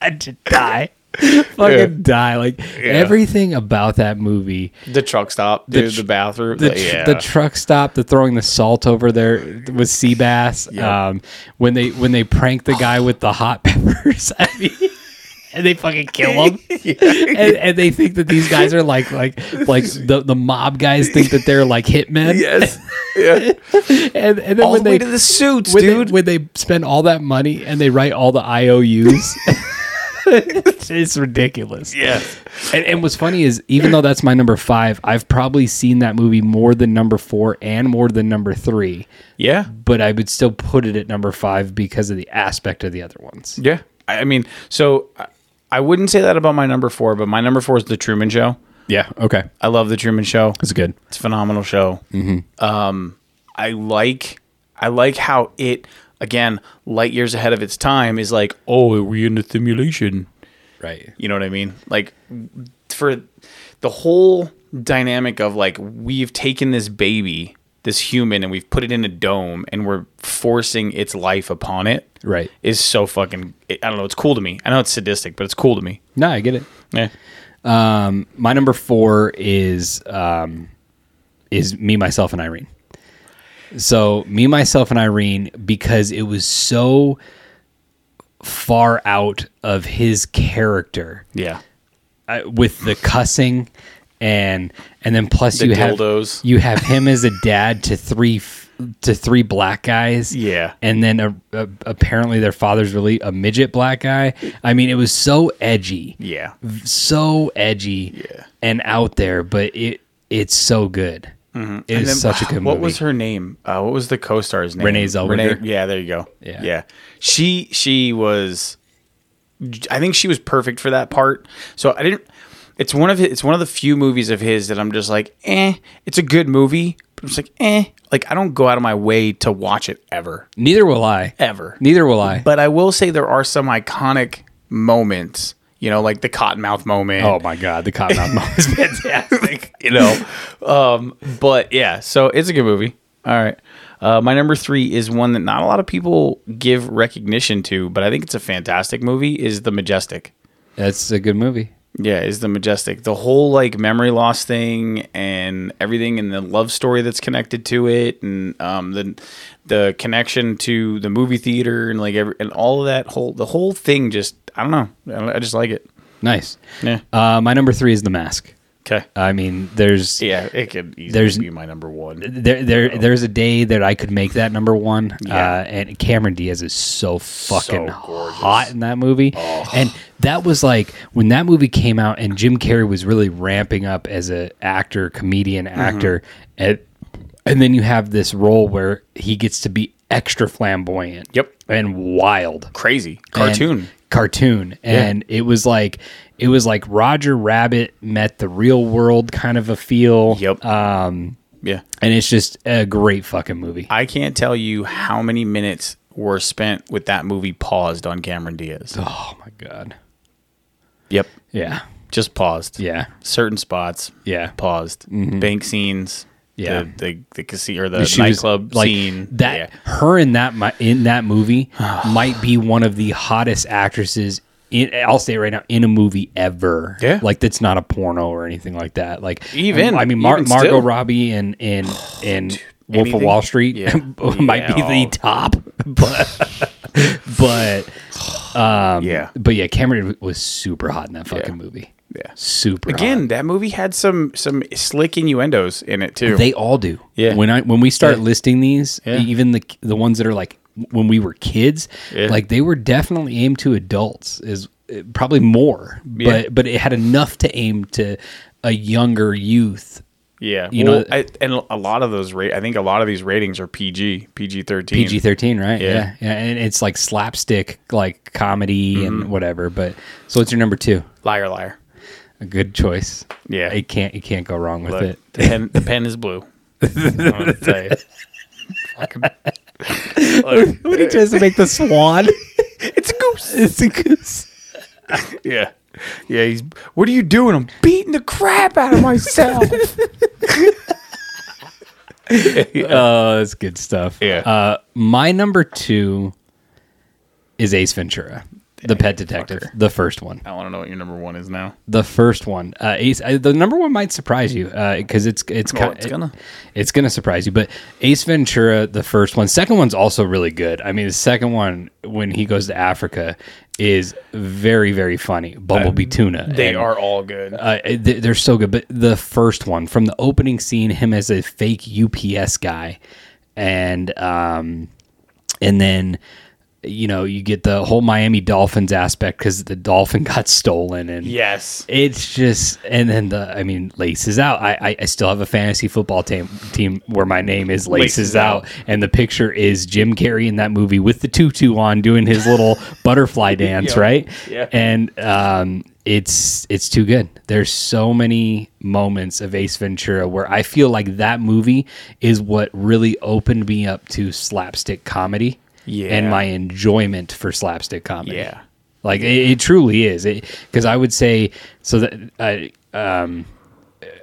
C: I just die, fucking
B: Yeah.
C: die. Like everything about that movie,
B: the truck stop, dude, the,
C: tr-
B: bathroom,
C: the,
B: like,
C: tr-
B: yeah.
C: the truck stop, the throwing the salt over there with sea bass. Um, when they when they prank the guy with the hot peppers, I mean, and they fucking kill him, and, and they think that these guys are like like like the, the mob guys think that they're like hitmen.
B: yes, yeah,
C: and, and then
B: all
C: when
B: the way
C: they
B: to the suits,
C: when
B: dude.
C: They, when they spend all that money and they write all the IOUs. it's ridiculous.
B: yeah,
C: And, and what's funny is, even though that's my number five, I've probably seen that movie more than number four and more than number three,
B: yeah,
C: but I would still put it at number five because of the aspect of the other ones.
B: yeah. I, I mean, so I, I wouldn't say that about my number four, but my number four is the Truman Show.
C: Yeah. Okay.
B: I love the Truman Show.
C: That's good.
B: It's a phenomenal show. Um, I like I like how it again light years ahead of its time is like oh are we in a simulation
C: Right.
B: you know what I mean like for the whole dynamic of like we've taken this baby this human and we've put it in a dome and we're forcing its life upon it
C: Right.
B: is so fucking I don't know it's cool to me I know it's sadistic but it's cool to me
C: No, I get it.
B: yeah
C: Um, my number four is um, is me, myself, and Irene. So me, myself, and Irene, because it was so far out of his character.
B: yeah
C: I- with the cussing and and then plus
B: The
C: you
B: dildos.
C: have you have him as a dad to three f- to three black guys
B: Yeah.
C: and then a, a, apparently their father's really a midget black guy i mean it was so edgy
B: yeah
C: V- so edgy
B: Yeah.
C: and out there but it it's so good It is
B: Mm-hmm. And then-
C: such a good
B: what
C: movie
B: was her name? Uh, what was the co-star's name?
C: Renee Zellweger?
B: yeah, there you go.
C: Yeah.
B: yeah. She she was. I think she was perfect for that part. So I didn't. It's one of his, it's one of the few movies of his that I'm just like, eh. It's a good movie, but I'm just like, eh. Like I don't go out of my way to watch it ever,
C: neither will i
B: ever.
C: neither will i
B: But I will say there are some iconic moments. You know, like the cottonmouth moment
C: oh my god the cottonmouth moment is fantastic
B: you know. Um, but yeah, so it's a good movie. All right. Uh, my number three is one that not a lot of people give recognition to, but I think it's a fantastic movie. Is the Majestic?
C: that's a good movie
B: Yeah, is the Majestic the whole like memory loss thing and everything, and the love story that's connected to it, and um, the the connection to the movie theater and like every and all of that whole the whole thing. Just I don't know. I, don't- I just like it.
C: nice
B: Yeah.
C: uh, my number three is the mask
B: Okay.
C: I mean, there's
B: Yeah, it could easily
C: Uh, There's-
B: be my number one.
C: there there there's a day that I could make that number one.
B: Yeah.
C: Uh, and Cameron Diaz is so fucking
B: gorgeous.
C: hot in that movie, and that was like when that movie came out, and Jim Carrey was really ramping up as a actor, comedian,
B: Mm-hmm.
C: actor, and, and then you have this role where he gets to be extra flamboyant.
B: Yep.
C: and wild
B: Crazy
C: and-
B: cartoon.
C: cartoon and it was like it was like roger rabbit met the real world kind of a feel
B: Yep. Um, yeah.
C: and it's just a great fucking movie
B: I can't tell you how many minutes were spent with that movie paused on Cameron Diaz.
C: oh my god
B: Yep.
C: yeah
B: Just paused.
C: yeah
B: Certain spots.
C: Yeah. Mm-hmm.
B: Paused. Bank scenes.
C: Yeah.
B: The the, the casino or the
C: She was,
B: nightclub
C: like,
B: scene.
C: that
B: Yeah.
C: her in that mi- in that movie might be one of the hottest actresses in, I'll say it right now in a movie ever.
B: Yeah.
C: like that's not a porno or anything like that. Like
B: Even-
C: I mean Mar-
B: even
C: Margot
B: still.
C: Robbie and and and Wolf
B: anything-
C: of Wall Street
B: Yeah.
C: might be
B: Yeah. Oh.
C: the top, but but um,
B: yeah.
C: but yeah, Cameron was super hot in that fucking movie.
B: Yeah.
C: super hot.
B: Again, that movie had some some slick innuendos in it too.
C: They all do.
B: Yeah.
C: When I when we start
B: Yeah.
C: listing these,
B: Yeah.
C: even the the ones that are like when we were kids,
B: Yeah.
C: like they were definitely aimed to adults is uh, probably more,
B: Yeah.
C: but but it had enough to aim to a younger youth.
B: yeah.
C: you
B: well,
C: know-
B: I, and a lot of those rate I think a lot of these ratings are PG, PG thirteen.
C: PG thirteen, right?
B: Yeah.
C: yeah, Yeah, and it's like slapstick, like comedy
B: Mm-hmm.
C: and whatever. But so, what's your number two?
B: Liar liar.
C: A good choice.
B: Yeah.
C: it can't you can't go wrong with
B: Look,
C: it.
B: the pen the pen is blue. I'm gonna tell you. Fucking- Look,
C: When he tries to make the swan,
B: it's a goose.
C: it's a goose.
B: Yeah. Yeah, he's what are you doing? I'm beating the crap out of myself.
C: Oh, that's good stuff.
B: Yeah.
C: Uh, my number two is Ace Ventura, the pet detective,
B: fucker.
C: the first one.
B: I want to know what your number one is now.
C: The first one, uh, Ace. Uh, the number one might surprise you because it's it's
B: Well,
C: ki-
B: it's gonna.
C: it's gonna surprise you. But Ace Ventura, the first one, second one's also really good. I mean, the second one when he goes to Africa is very very funny. Bumblebee tuna.
B: They
C: and-
B: are all good.
C: uh, th- they're so good. But the first one from the opening scene, him as a fake UPS guy, and um, and then you know you get the whole Miami Dolphins aspect because the dolphin got stolen and
B: yes.
C: It's just, and then the, I mean, laces out. I, I, I still have a fantasy football team team where my name is laces,
B: Laces
C: out.
B: Out.
C: and the picture is Jim Carrey in that movie with the tutu on, doing his little butterfly dance,
B: Yeah.
C: right?
B: Yeah.
C: And um, it's it's too good. There's so many moments of Ace Ventura where I feel like that movie is what really opened me up to slapstick comedy,
B: Yeah.
C: and my enjoyment for slapstick comedy,
B: Yeah.
C: like it, it truly is, because I would say so that uh, um,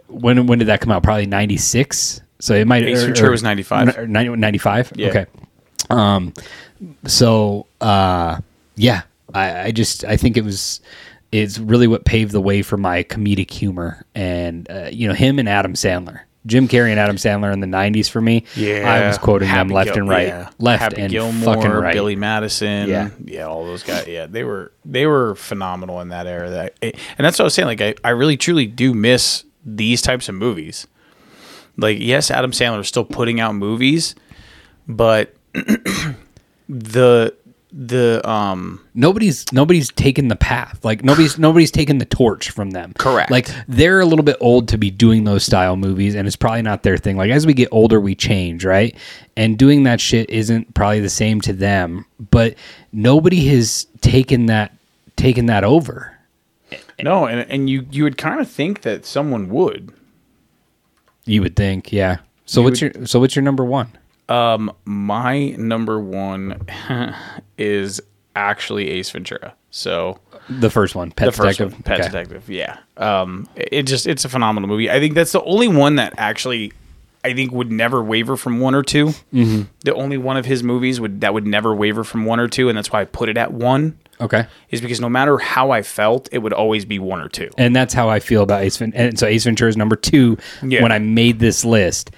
C: when when did that come out? Probably ninety six. So it might.
B: Ace
C: or-
B: Ventura
C: or-
B: was 95.
C: or 90 95?
B: Yeah.
C: Okay. Um, so uh, yeah, I, I just I think it was it's really what paved the way for my comedic humor, and uh, you know him and Adam Sandler. Jim Carrey and Adam Sandler in the '90s for me. I was quoting
B: Happy
C: them left
B: Gil-
C: and right,
B: yeah.
C: left
B: Happy
C: and
B: Gilmore,
C: fucking right.
B: Billy Madison,
C: Yeah.
B: yeah, all those guys. Yeah, they were they were phenomenal in that era. That and that's what I was saying. Like I, I really truly do miss these types of movies. Like yes, Adam Sandler is still putting out movies, but the the um
C: nobody's nobody's taken the path like nobody's nobody's taken the torch from them
B: Correct.
C: like they're a little bit old to be doing those style movies and it's probably not their thing like as we get older we change right and doing that shit isn't probably the same to them but nobody has taken that taken that over
B: no, and and you you would kind of think that someone would.
C: you would think yeah so what's your so what's your number one
B: My number one is actually Ace Ventura. So
C: the first one pet
B: the first
C: detective
B: one, Pet
C: Okay.
B: Detective. Yeah. Um, it it just it's a phenomenal movie. I think that's the only one that actually I think would never waver from one or 2 Mm-hmm. The only one of his movies would that would never waver from one or two, and that's why I put it at one.
C: okay
B: Is because no matter how I felt, it would always be one or two.
C: and that's how I feel about Ace Ventura. And so Ace Ventura is number two
B: Yeah.
C: when I made this list.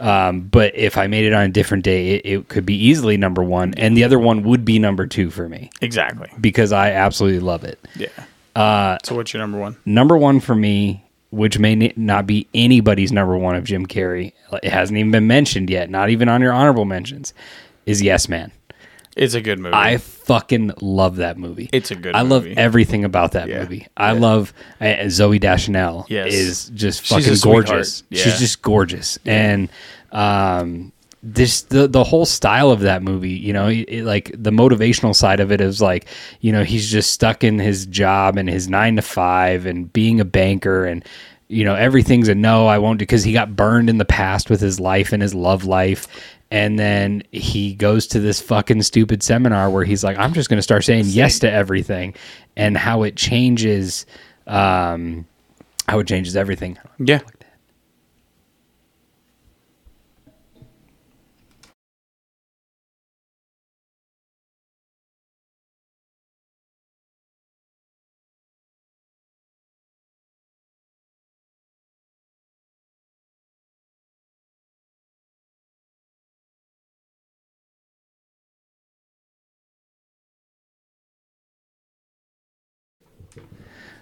C: Um, but if I made it on a different day, it, it could be easily number one, and the other one would be number two for me
B: Exactly.
C: because I absolutely love it.
B: Yeah.
C: Uh,
B: so what's your number one?
C: Number one for me, which may n- not be anybody's number one of Jim Carrey, it hasn't even been mentioned yet, not even on your honorable mentions, is Yes Man.
B: It's a good movie.
C: I fucking love that movie.
B: It's a good
C: I love
B: movie.
C: everything about that
B: Yeah.
C: movie. I love uh, Zoe Dashanel.
B: Yes.
C: is just
B: She's
C: fucking
B: a sweetheart.
C: gorgeous.
B: Yeah.
C: She's just gorgeous, and um, this the the whole style of that movie. You know, it- it- like the motivational side of it is like you know he's just stuck in his job and his nine to five and being a banker and. You know, everything's a no, I won't do because he got burned in the past with his life and his love life. And then he goes to this fucking stupid seminar where he's like, I'm just going to start saying yes to everything and how it changes, um, how it changes everything.
B: yeah.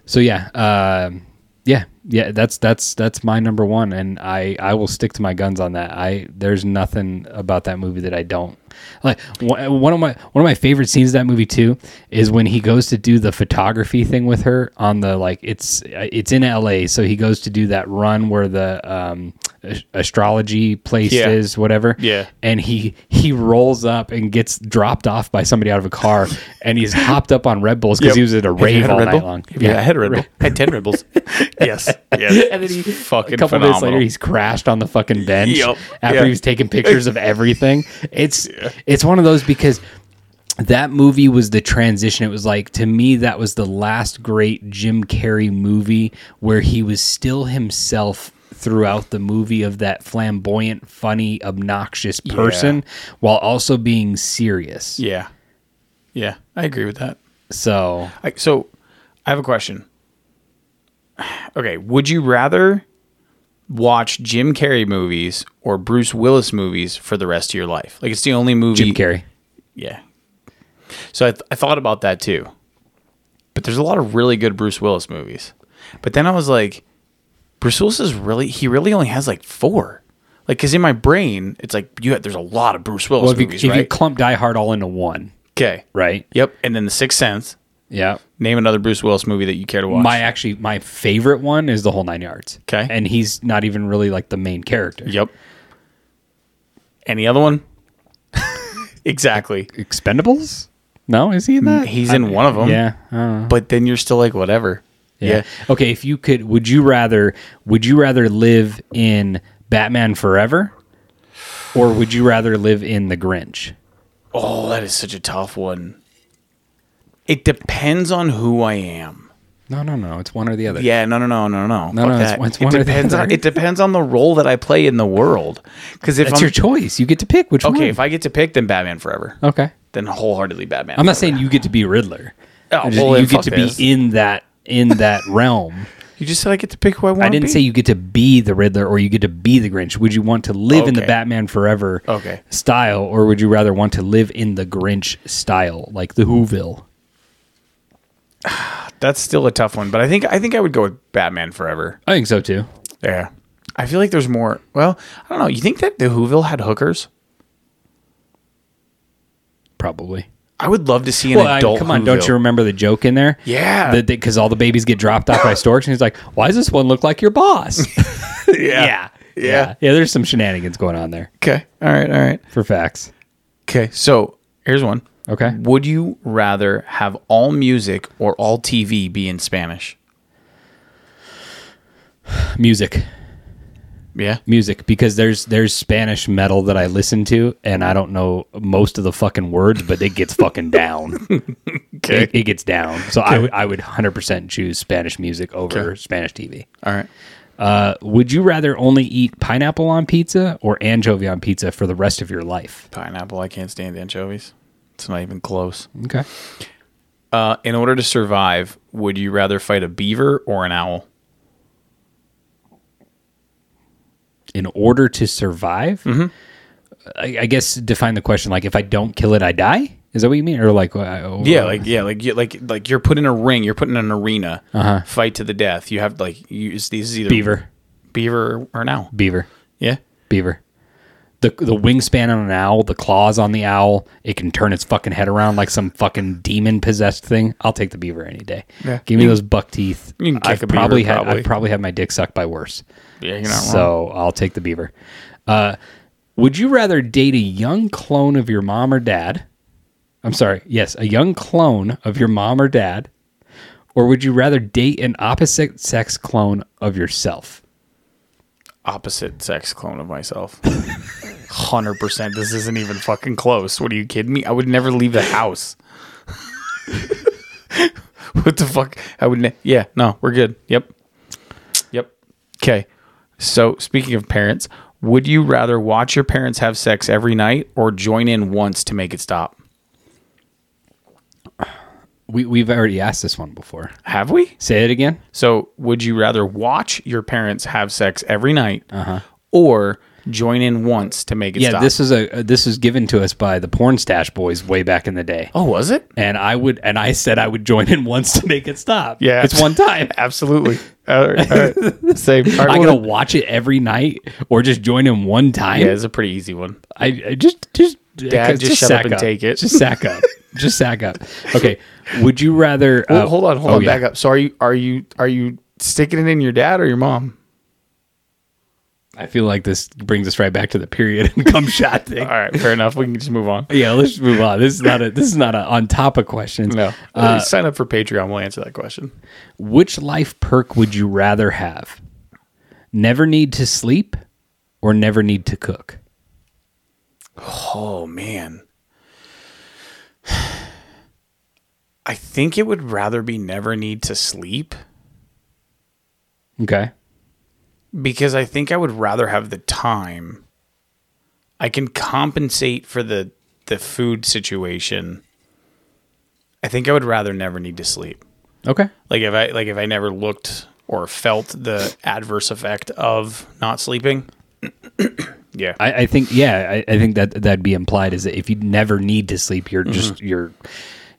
C: So yeah, um yeah, yeah. That's that's that's my number one, and I I will stick to my guns on that. I there's nothing about that movie that I don't Like one one of my one of my favorite scenes of that movie too is when he goes to do the photography thing with her on the like it's it's in L.A. So he goes to do that run where the um, as- astrology place
B: Yeah.
C: is whatever.
B: Yeah.
C: And he he rolls up and gets dropped off by somebody out of a car, and he's hopped up on Red Bulls because
B: Yep.
C: he was at a
B: Have you
C: rave
B: had a
C: all
B: Red
C: night
B: Bull?
C: long.
B: Yeah, I had a Red Bull. I had ten Red Bulls. yes, yes.
C: And then he,
B: fucking
C: a couple days later,
B: phenomenal.
C: he's crashed on the fucking bench
B: Yup.
C: after
B: Yeah.
C: he was taking pictures of everything. It's it's one of those because that movie was the transition. It was like to me that was the last great Jim Carrey movie where he was still himself throughout the movie of that flamboyant, funny, obnoxious person while also being serious.
B: Yeah, yeah. I agree with that.
C: So
B: I, so, I have a question. Okay, would you rather watch Jim Carrey movies or Bruce Willis movies for the rest of your life? Like, it's the only movie.
C: Jim Carrey.
B: Yeah. So I, th- I thought about that too. But there's a lot of really good Bruce Willis movies. But then I was like, Bruce Willis is really, he really only has like four. Like, cause in my brain, it's like, you have, there's a lot of Bruce Willis
C: Well, if you,
B: movies,
C: if you
B: right?
C: clump Die Hard all into one,
B: okay.
C: right?
B: Yep. And then The Sixth Sense.
C: Yeah.
B: Name another Bruce Willis movie that you care to watch.
C: My actually my favorite one is the whole nine yards.
B: 'Kay.
C: and he's not even really like the main character.
B: yep. Any other one? exactly.
C: Expendables? No, is he in that?
B: He's in one of them.
C: yeah. I don't know.
B: But then you're still like, whatever. yeah.
C: Okay, if you could, would you rather? Would you rather live in Batman Forever, or would you rather live in The Grinch?
B: Oh, that is such a tough one. It depends on who I am.
C: No, no, no. It's one or the other.
B: Yeah, no, no, no, no, no.
C: No,
B: Fuck
C: no, it's-
B: that.
C: it's one
B: it
C: or the
B: depends on
C: other.
B: it depends on the role that I play in the world. Because if
C: that's
B: I'm
C: your choice. You get to pick which one.
B: okay, if I get to pick, then Batman Forever,
C: okay.
B: then wholeheartedly Batman.
C: I'm not
B: Forever.
C: saying you get to be Riddler.
B: Oh,
C: I'm
B: well, then
C: you get
B: fuck
C: to
B: this.
C: be in that in that realm.
B: you just said I get to pick who I want.
C: I didn't say you get to be the Riddler or you get to be the Grinch. Would you want to live in the
B: Okay.
C: Batman Forever
B: Okay.
C: style, or would you rather want to live in the Grinch style, like the Whoville?
B: that's still a tough one, but I think I think I would go with Batman Forever.
C: I think so too.
B: Yeah, I feel like there's more. Well, I don't know. You think that the Whoville had hookers?
C: Probably.
B: I would love to see an
C: Well, I,
B: adult.
C: come on, don't
B: Whoville.
C: you remember the joke in there?
B: Yeah.
C: Because all the babies get dropped off by storks, and he's like, "Why does this one look like your boss?"
B: yeah.
C: yeah, yeah. There's some shenanigans going on there
B: Okay. All right. All right.
C: for facts.
B: Okay, so here's one.
C: Okay.
B: Would you rather have all music or all TV be in Spanish?
C: Music.
B: Yeah.
C: music because there's there's Spanish metal that I listen to and I don't know most of the fucking words, but it gets fucking down.
B: Okay.
C: It, it gets down. So I would I would hundred percent choose Spanish music over
B: Okay.
C: Spanish TV.
B: All right.
C: Uh, would you rather only eat pineapple on pizza or anchovy on pizza for the rest of your life?
B: Pineapple. I can't stand anchovies. It's not even close.
C: Okay.
B: Uh, in order to survive, would you rather fight a beaver or an owl?
C: In order to survive,
B: Mm-hmm.
C: I, I guess define the question like if I don't kill it, I die. Is that what you mean, or like uh,
B: Yeah, like yeah, like you, like like you're put in a ring. You're put in an arena. Fight to the death. You have like you. This is either
C: beaver,
B: beaver or an owl.
C: beaver?
B: Yeah.
C: Beaver. The the wingspan on an owl, the claws on the owl, it can turn its fucking head around like some fucking demon possessed thing. I'll take the beaver any day.
B: Yeah.
C: Give me those buck teeth.
B: you can kick
C: I've
B: a beaver,
C: probably had
B: probably.
C: I've probably had my dick sucked by worse.
B: Yeah, you're not wrong.
C: So I'll take the beaver. Uh, would you rather date a young clone of your mom or dad? I'm sorry. Yes, a young clone of your mom or dad, or would you rather date an opposite sex clone of yourself?
B: Opposite sex clone of myself. Hundred percent. This isn't even fucking close. What are you kidding me? I would never leave the house. what the fuck? I would. Ne- yeah. No, we're good. Yep. Yep. Okay. So speaking of parents, would you rather watch your parents have sex every night or join in once to make it stop?
C: We we've already asked this one before.
B: Have we?
C: Say it again.
B: So would you rather watch your parents have sex every night or join in once to make it
C: Uh-huh. Yeah,
B: stop?
C: this is a uh, this was given to us by the porn stash boys way back in the day.
B: Oh, was it?
C: And I would and I said I would join in once to make it stop.
B: Yeah.
C: It's one time.
B: Absolutely. Uh, All right, all right. Same. All right,
C: I
B: well,
C: gotta watch it every night or just join him one time.
B: yeah, it's a pretty easy one.
C: I, I just just
B: Dad, just shut up
C: sack
B: and take it.
C: Just sack up. just sack up. Okay. Would you rather?
B: Well, hold on, hold
C: oh,
B: on,
C: yeah.
B: back up. So are you are you are you sticking it in your dad or your mom?
C: I feel like this brings us right back to the period and cum shot thing.
B: All right, fair enough. We can just move on.
C: Yeah, let's move on. This is not a this is not a on top of questions.
B: No, Uh, sign up for Patreon. We'll answer that question.
C: Which life perk would you rather have? Never need to sleep or never need to cook?
B: Oh man, I think it would rather be never need to sleep
C: Okay.
B: because I think I would rather have the time. I can compensate for the the food situation. I think I would rather never need to sleep.
C: Okay.
B: Like if I like if I never looked or felt the adverse effect of not sleeping. yeah.
C: I, I think yeah, I, I think that that'd be implied is that if you never need to sleep, you're just you're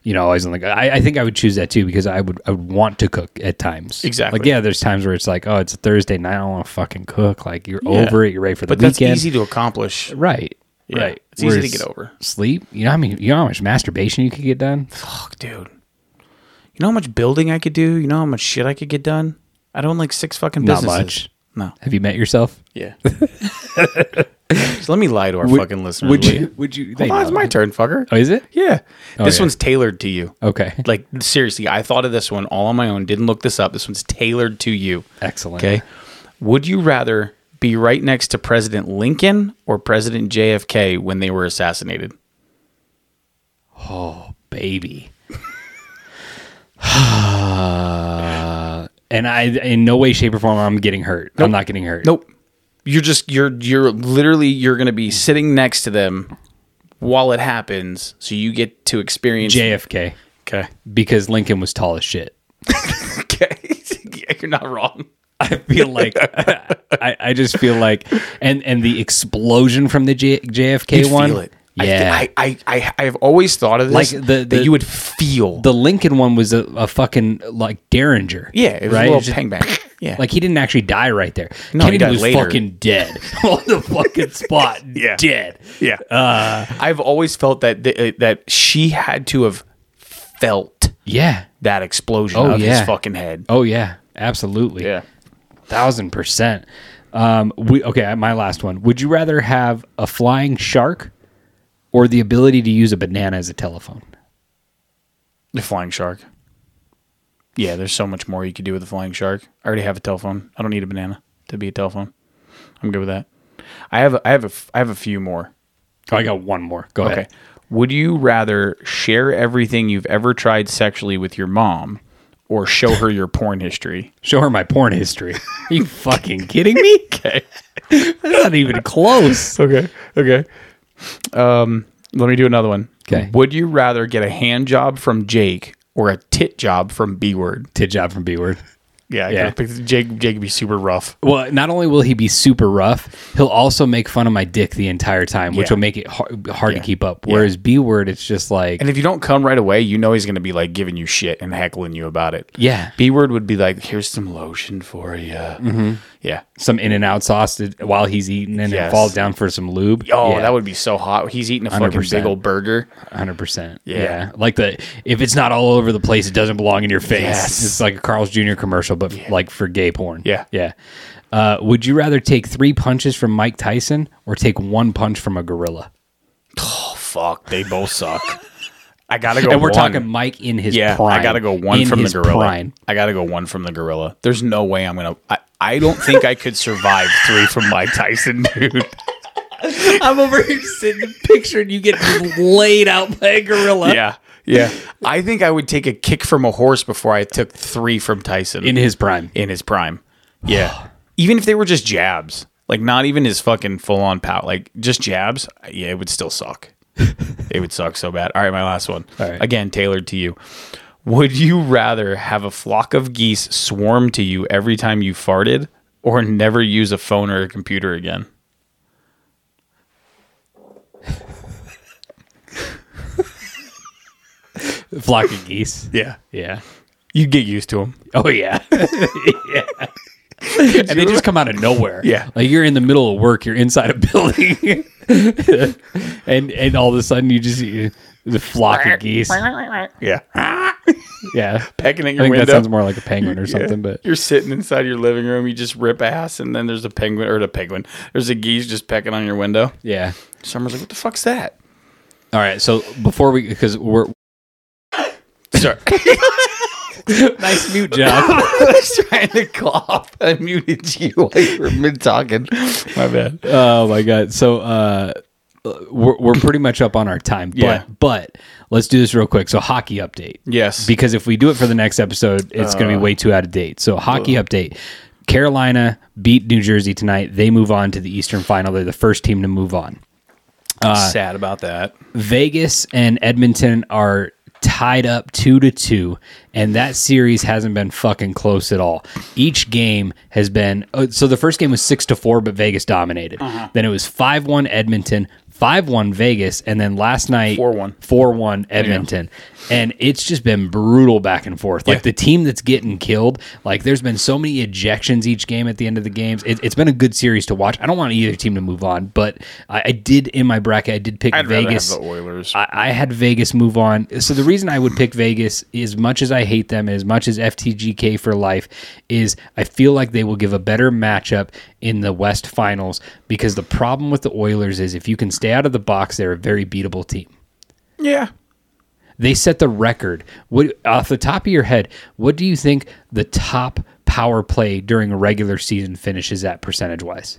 C: you know always on the go. I, I think I would choose that too because I would I would want to cook at times.
B: Exactly.
C: Like yeah, there's times where it's like oh it's a Thursday night I don't want to fucking cook. Like you're
B: Yeah.
C: over it. You're ready for the
B: but
C: weekend.
B: that's easy to accomplish.
C: Right.
B: Yeah,
C: Right.
B: it's easy to
C: Whereas
B: get over.
C: Sleep. You know I mean you know how much masturbation you could get done.
B: Fuck, dude. You know how much building I could do? You know how much shit I could get done? I don't like six fucking
C: Not
B: businesses.
C: much.
B: No.
C: Have you met yourself?
B: Yeah. Just let me lie to our fucking listeners.
C: Would
B: will
C: you? Would you? they
B: Hold on, it's
C: know.
B: my turn, fucker.
C: Oh, is it?
B: Yeah. this
C: yeah.
B: one's tailored to you.
C: Okay.
B: Like seriously, I thought of this one all on my own. Didn't look this up. This one's tailored to you.
C: Excellent.
B: Okay. Would you rather be right next to President Lincoln or President JFK when they were assassinated?
C: baby. and I, in no way, shape, or form, I'm getting hurt. I'm not getting hurt.
B: Nope. You're just you're you're literally you're going to be sitting next to them while it happens, so you get to experience.
C: JFK,
B: okay.
C: because Lincoln was tall as shit.
B: Okay. yeah, you're not wrong.
C: I feel like I, I just feel like, and and the explosion from the J, JFK
B: You'd
C: one.
B: feel it. I-
C: Yeah.
B: I, I, I, I've always thought of this
C: Like the-
B: that
C: the-
B: you would feel.
C: the Lincoln one was a, a fucking like Derringer.
B: yeah, it was
C: right.
B: a little
C: It's just-
B: bang bang. Yeah.
C: Like he didn't actually die right there.
B: No, he
C: Kennedy
B: died
C: was
B: later.
C: fucking dead on the fucking spot.
B: Yeah.
C: dead.
B: Yeah.
C: uh,
B: I've always felt that th- uh, that she had to have felt
C: Yeah.
B: that explosion
C: Oh,
B: of
C: yeah.
B: his fucking head.
C: Oh yeah, absolutely. thousand percent. Um, we okay. My last one. Would you rather have a flying shark or the ability to use a banana as a telephone?
B: The flying shark. Yeah, there's so much more you could do with a flying shark. I already have a telephone. I don't need a banana to be a telephone. I'm good with that. I have a, I have a f- I have a few more.
C: Oh, I got one more. Go
B: Okay. Would you rather share everything you've ever tried sexually with your mom or show her your porn history?
C: Show her my porn history. Are you fucking kidding me? okay. That's not even close.
B: Okay. Okay. Um, let me do another one.
C: 'Kay.
B: Would you rather get a hand job from Jake or a tit job from B word?
C: Tit job from B word.
B: Yeah, I
C: Yeah.
B: could've picked- Jake Jake would be super rough.
C: Well, not only will he be super rough, he'll also make fun of my dick the entire time, which
B: Yeah.
C: will make it hard, hard
B: Yeah.
C: to keep up. Whereas B word, it's just like
B: And if you don't come right away, you know he's gonna be like giving you shit and heckling you about it.
C: Yeah.
B: B word would be like, "Here's some lotion for you." Yeah.
C: some in and out sauce to- while he's eating, and
B: Yes.
C: it falls down for some lube.
B: Oh, that would be so hot. He's eating a fucking
C: 100%.
B: big old burger.
C: Hundred percent.
B: Yeah.
C: Yeah. Like the if it's not all over the place, it doesn't belong in your face.
B: Yes.
C: It's like a Carl's Jr. commercial, but like for gay porn.
B: Yeah.
C: Yeah. Uh, would you rather take three punches from Mike Tyson or take one punch from a gorilla?
B: Fuck, they both suck. I gotta go.
C: And we're
B: one.
C: talking Mike in his
B: yeah.
C: prime.
B: I gotta go one
C: In
B: from the
C: his
B: gorilla.
C: prime.
B: I gotta go one from the gorilla. There's no way I'm gonna. I, I don't think I could survive three from Mike Tyson, dude.
C: I'm over here sitting picturing you getting laid out by a gorilla.
B: Yeah, yeah. I think I would take a kick from a horse before I took three from Tyson
C: In his prime.
B: in his prime. Yeah. even if they were just jabs, like not even his fucking full on pout, like just jabs, yeah, it would still suck. it would suck so bad. All right, my last one.
C: All right.
B: Again, tailored to you. Would you rather have a flock of geese swarm to you every time you farted or never use a phone or a computer again?
C: Flock of geese.
B: Yeah.
C: Yeah.
B: you get used to them.
C: Oh yeah. yeah. And they just come out of nowhere.
B: Yeah.
C: Like you're in the middle of work, you're inside a building. and and all of a sudden you just you, the flock of geese.
B: Yeah,
C: Yeah.
B: pecking at
C: I
B: your
C: think
B: window.
C: that sounds more like a penguin or
B: Yeah.
C: something, but
B: you're sitting inside your living room. You just rip ass, and then there's a penguin or the penguin. There's a geese just pecking on your window.
C: yeah.
B: Summer's like, what the fuck's that?
C: All right. So before we because we're
B: Sorry,
C: nice mute job.
B: I was trying to cough. I muted you while you were mid talking. My bad.
C: oh my god. So uh we're, we're pretty much up on our time.
B: Yeah.
C: But but let's do this real quick. So hockey update.
B: Yes.
C: because if we do it for the next episode, it's going to be way too out of date. So hockey update: Carolina beat New Jersey tonight. They move on to the Eastern Final. They're the first team to move on.
B: Sad about that.
C: Vegas and Edmonton are tied up two to two, and that series hasn't been fucking close at all. Each game has been oh, so the first game was six to four, but Vegas dominated. Then it was five one Edmonton. 5 1 Vegas, and then last night
B: 4-1.
C: 4 1 Edmonton. And it's just been brutal back and forth. Like
B: Yeah.
C: the team that's getting killed, like there's been so many ejections each game at the end of the games. It, it's been a good series to watch. I don't want either team to move on, but I, I did in my bracket, I did pick
B: I'd
C: Vegas.
B: rather have the Oilers.
C: I, I had Vegas move on. So the reason I would pick Vegas, as much as I hate them, as much as FTGK for life, is I feel like they will give a better matchup in the West Finals because the problem with the Oilers is if you can stay out of the box, they're a very beatable team.
B: yeah.
C: They set the record. What off the top of your head, what do you think the top power play during a regular season finishes at percentage wise?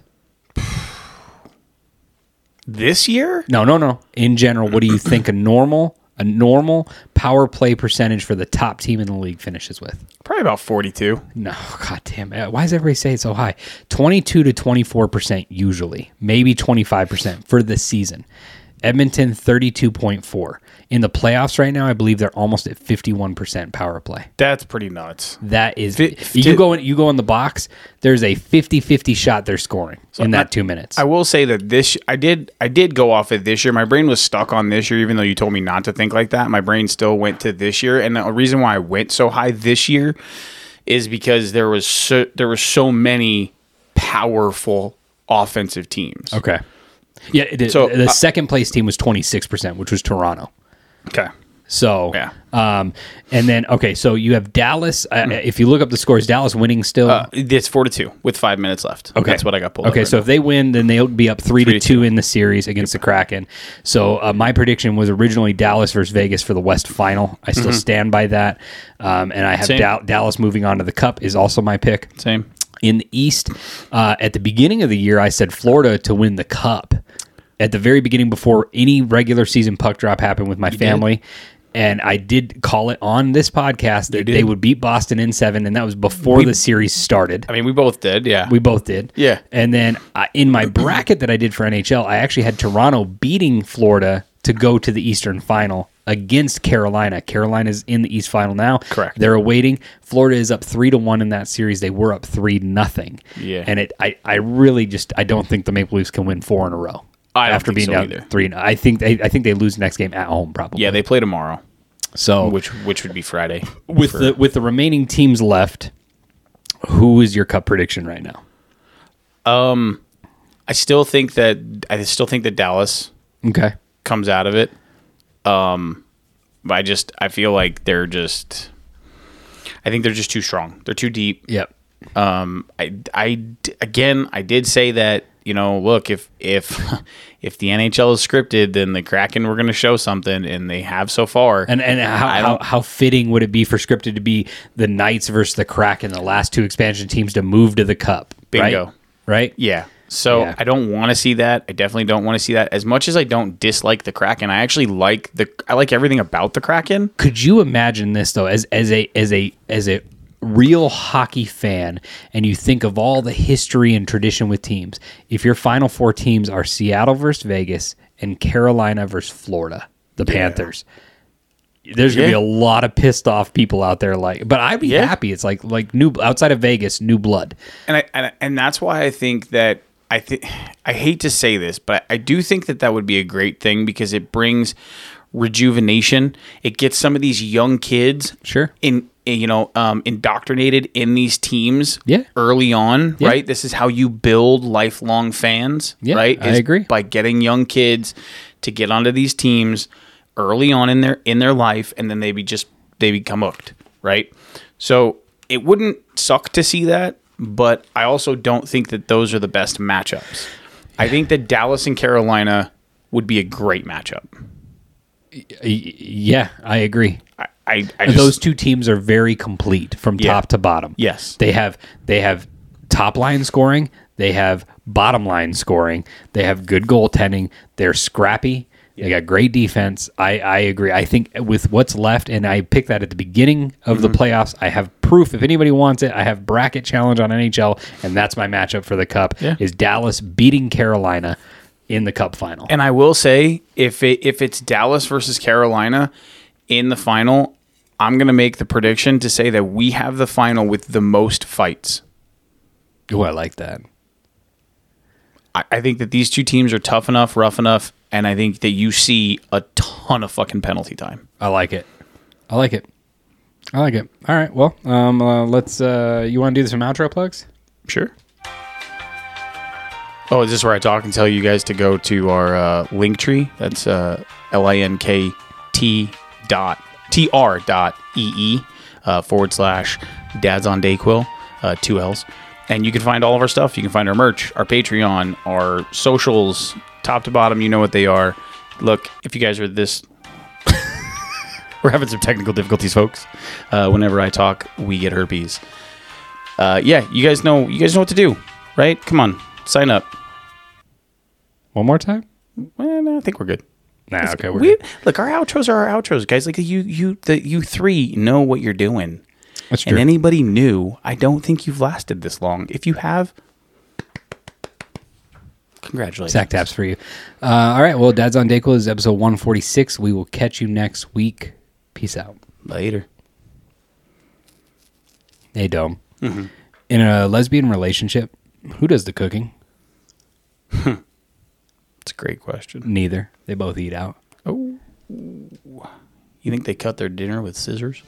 B: This year?
C: No, no, no. In general, what do you think a normal a normal power play percentage for the top team in the league finishes with?
B: Probably about 42.
C: No, god damn it. Why does everybody say it's so high? 22 to 24% usually, maybe 25% for the season. Edmonton 32.4. In the playoffs right now, I believe they're almost at 51% power play.
B: That's pretty nuts.
C: That is
B: Fi-
C: you go in you go in the box, there's a 50-50 shot they're scoring in that 2 minutes.
B: I will say that this I did I did go off it this year. My brain was stuck on this year, even though you told me not to think like that. My brain still went to this year, and the reason why I went so high this year is because there was so, there were so many powerful offensive teams.
C: okay. Yeah, it,
B: So,
C: the
B: uh,
C: second place team was 26%, which was Toronto.
B: Okay.
C: So,
B: Yeah.
C: um, and then okay, so you have Dallas. Uh, If you look up the scores, Dallas winning still.
B: Hmm. Uh, it's four to two with five minutes left.
C: okay,
B: That's what I got pulled.
C: Okay,
B: up
C: so
B: right
C: if they win, then they'll be up three,
B: to
C: to two, in the series against the Kraken. So uh, my prediction was originally Dallas versus Vegas for the West Final. I still stand by that, um, and I have
B: Mm-hmm. Same.
C: Dal- Dallas moving on to the Cup is also my pick.
B: now. same.
C: In the East, uh, at the beginning of the year, I said Florida to win the Cup. At the very beginning, before any regular season puck drop happened with my family, and I did call it on this podcast that they would beat Boston in seven, and that was before the series started.
B: I mean, we both did. Yeah.
C: We both did.
B: Yeah.
C: And then I, in my bracket that I did for NHL, I actually had Toronto beating Florida to go to the Eastern Final against Carolina. Carolina's in the East Final now.
B: Correct.
C: They're awaiting. Florida is up three to one in that series. They were up three nothing.
B: Yeah.
C: And it, I, I really just, I don't think the Maple Leafs can win four in a row.
B: I don't
C: after
B: think
C: being
B: so
C: down
B: either.
C: three, I think they, I think they lose the next game at home probably.
B: yeah, they play tomorrow,
C: So
B: which which would be Friday.
C: with the with the remaining teams left, who is your cup prediction right now?
B: I still think that I still think that Dallas
C: Okay.
B: comes out of it. Um, but I just I feel like they're just. I think they're just too strong. They're too deep.
C: Yep.
B: Um, I, I d- again I did say that you know look if if if the NHL is scripted then the Kraken were going to show something and they have so far
C: And and how,
B: I
C: how
B: don't-
C: how fitting would it be for scripted to be the Knights versus the Kraken, the last two expansion teams to move to the Cup?
B: Bingo.
C: Right. right?
B: yeah. So
C: Yeah.
B: I don't want to see that. I definitely don't want to see that. As much as I don't dislike the Kraken, I actually like the I like everything about the Kraken.
C: Could you imagine this though, as as a as a as a real hockey fan, and you think of all the history and tradition with teams? If your final four teams are Seattle versus Vegas and Carolina versus Florida, the Panthers. There's gonna
B: Yeah.
C: be a lot of pissed off people out there, like. But I'd be
B: Yeah.
C: happy. It's like like new outside of Vegas, new blood.
B: and I, and I- and that's why I think that I think I hate to say this, but I do think that that would be a great thing because it brings rejuvenation. It gets some of these young kids
C: Sure.
B: in you know um, indoctrinated in these teams
C: Yeah.
B: early on
C: Yeah.
B: right this is how you build lifelong fans
C: Yeah,
B: right
C: I
B: is
C: agree.
B: by getting young kids to get onto these teams early on in their in their life and then they be just they become hooked right so it wouldn't suck to see that but i also don't think that those are the best matchups i think that dallas and carolina would be a great matchup
C: Y- yeah, I agree.
B: i i, I just,
C: Those two teams are very complete from
B: Yeah.
C: top to bottom.
B: Yes.
C: They have they have top line scoring, they have bottom line scoring, they have good goaltending, they're scrappy. They got great defense. I, I agree. I think with what's left, and I picked that at the beginning of
B: Mm-hmm.
C: the playoffs. I have proof if anybody wants it. I have bracket challenge on NHL, and that's my matchup for the cup.
B: Yeah.
C: Is Dallas beating Carolina in the cup final?
B: And I will say, if it if it's Dallas versus Carolina in the final, I'm gonna make the prediction to say that we have the final with the most fights.
C: Oh, I like that.
B: I, I think that these two teams are tough enough, rough enough, and I think that you see a ton of fucking penalty time.
C: I like it. I like it. I like it. All right. Well, um, uh, let's. Uh, you want to do some outro plugs?
B: Sure. Oh, is this where I talk and tell you guys to go to our uh, link tree? That's uh, L I N K T dot T R dot E E uh, forward slash dads on Dayquil, uh, two L's. And you can find all of our stuff. You can find our merch, our Patreon, our socials, top to bottom. You know what they are. Look, if you guys are this we're having some technical difficulties, folks. Uh, whenever I talk, we get herpes. Uh, yeah, you guys know you guys know what to do, right? Come on, sign up.
C: One more time?
B: Well, no, I think we're good.
C: Nah. Okay. We're
B: We,
C: good.
B: look, our outros are our outros, guys. Like you, you, the you three know what you're doing.
C: That's
B: And
C: true.
B: anybody new, I don't think you've lasted this long. If you have, congratulations.
C: Sack taps for you. Uh, all right. Well, Dad's on Dayquil is episode one forty six. We will catch you next week. Peace out.
B: Later.
C: Hey, Dome. In a lesbian relationship, who does the cooking?
B: It's a great question.
C: Neither. They both eat out.
B: Oh, you think they cut their dinner with scissors?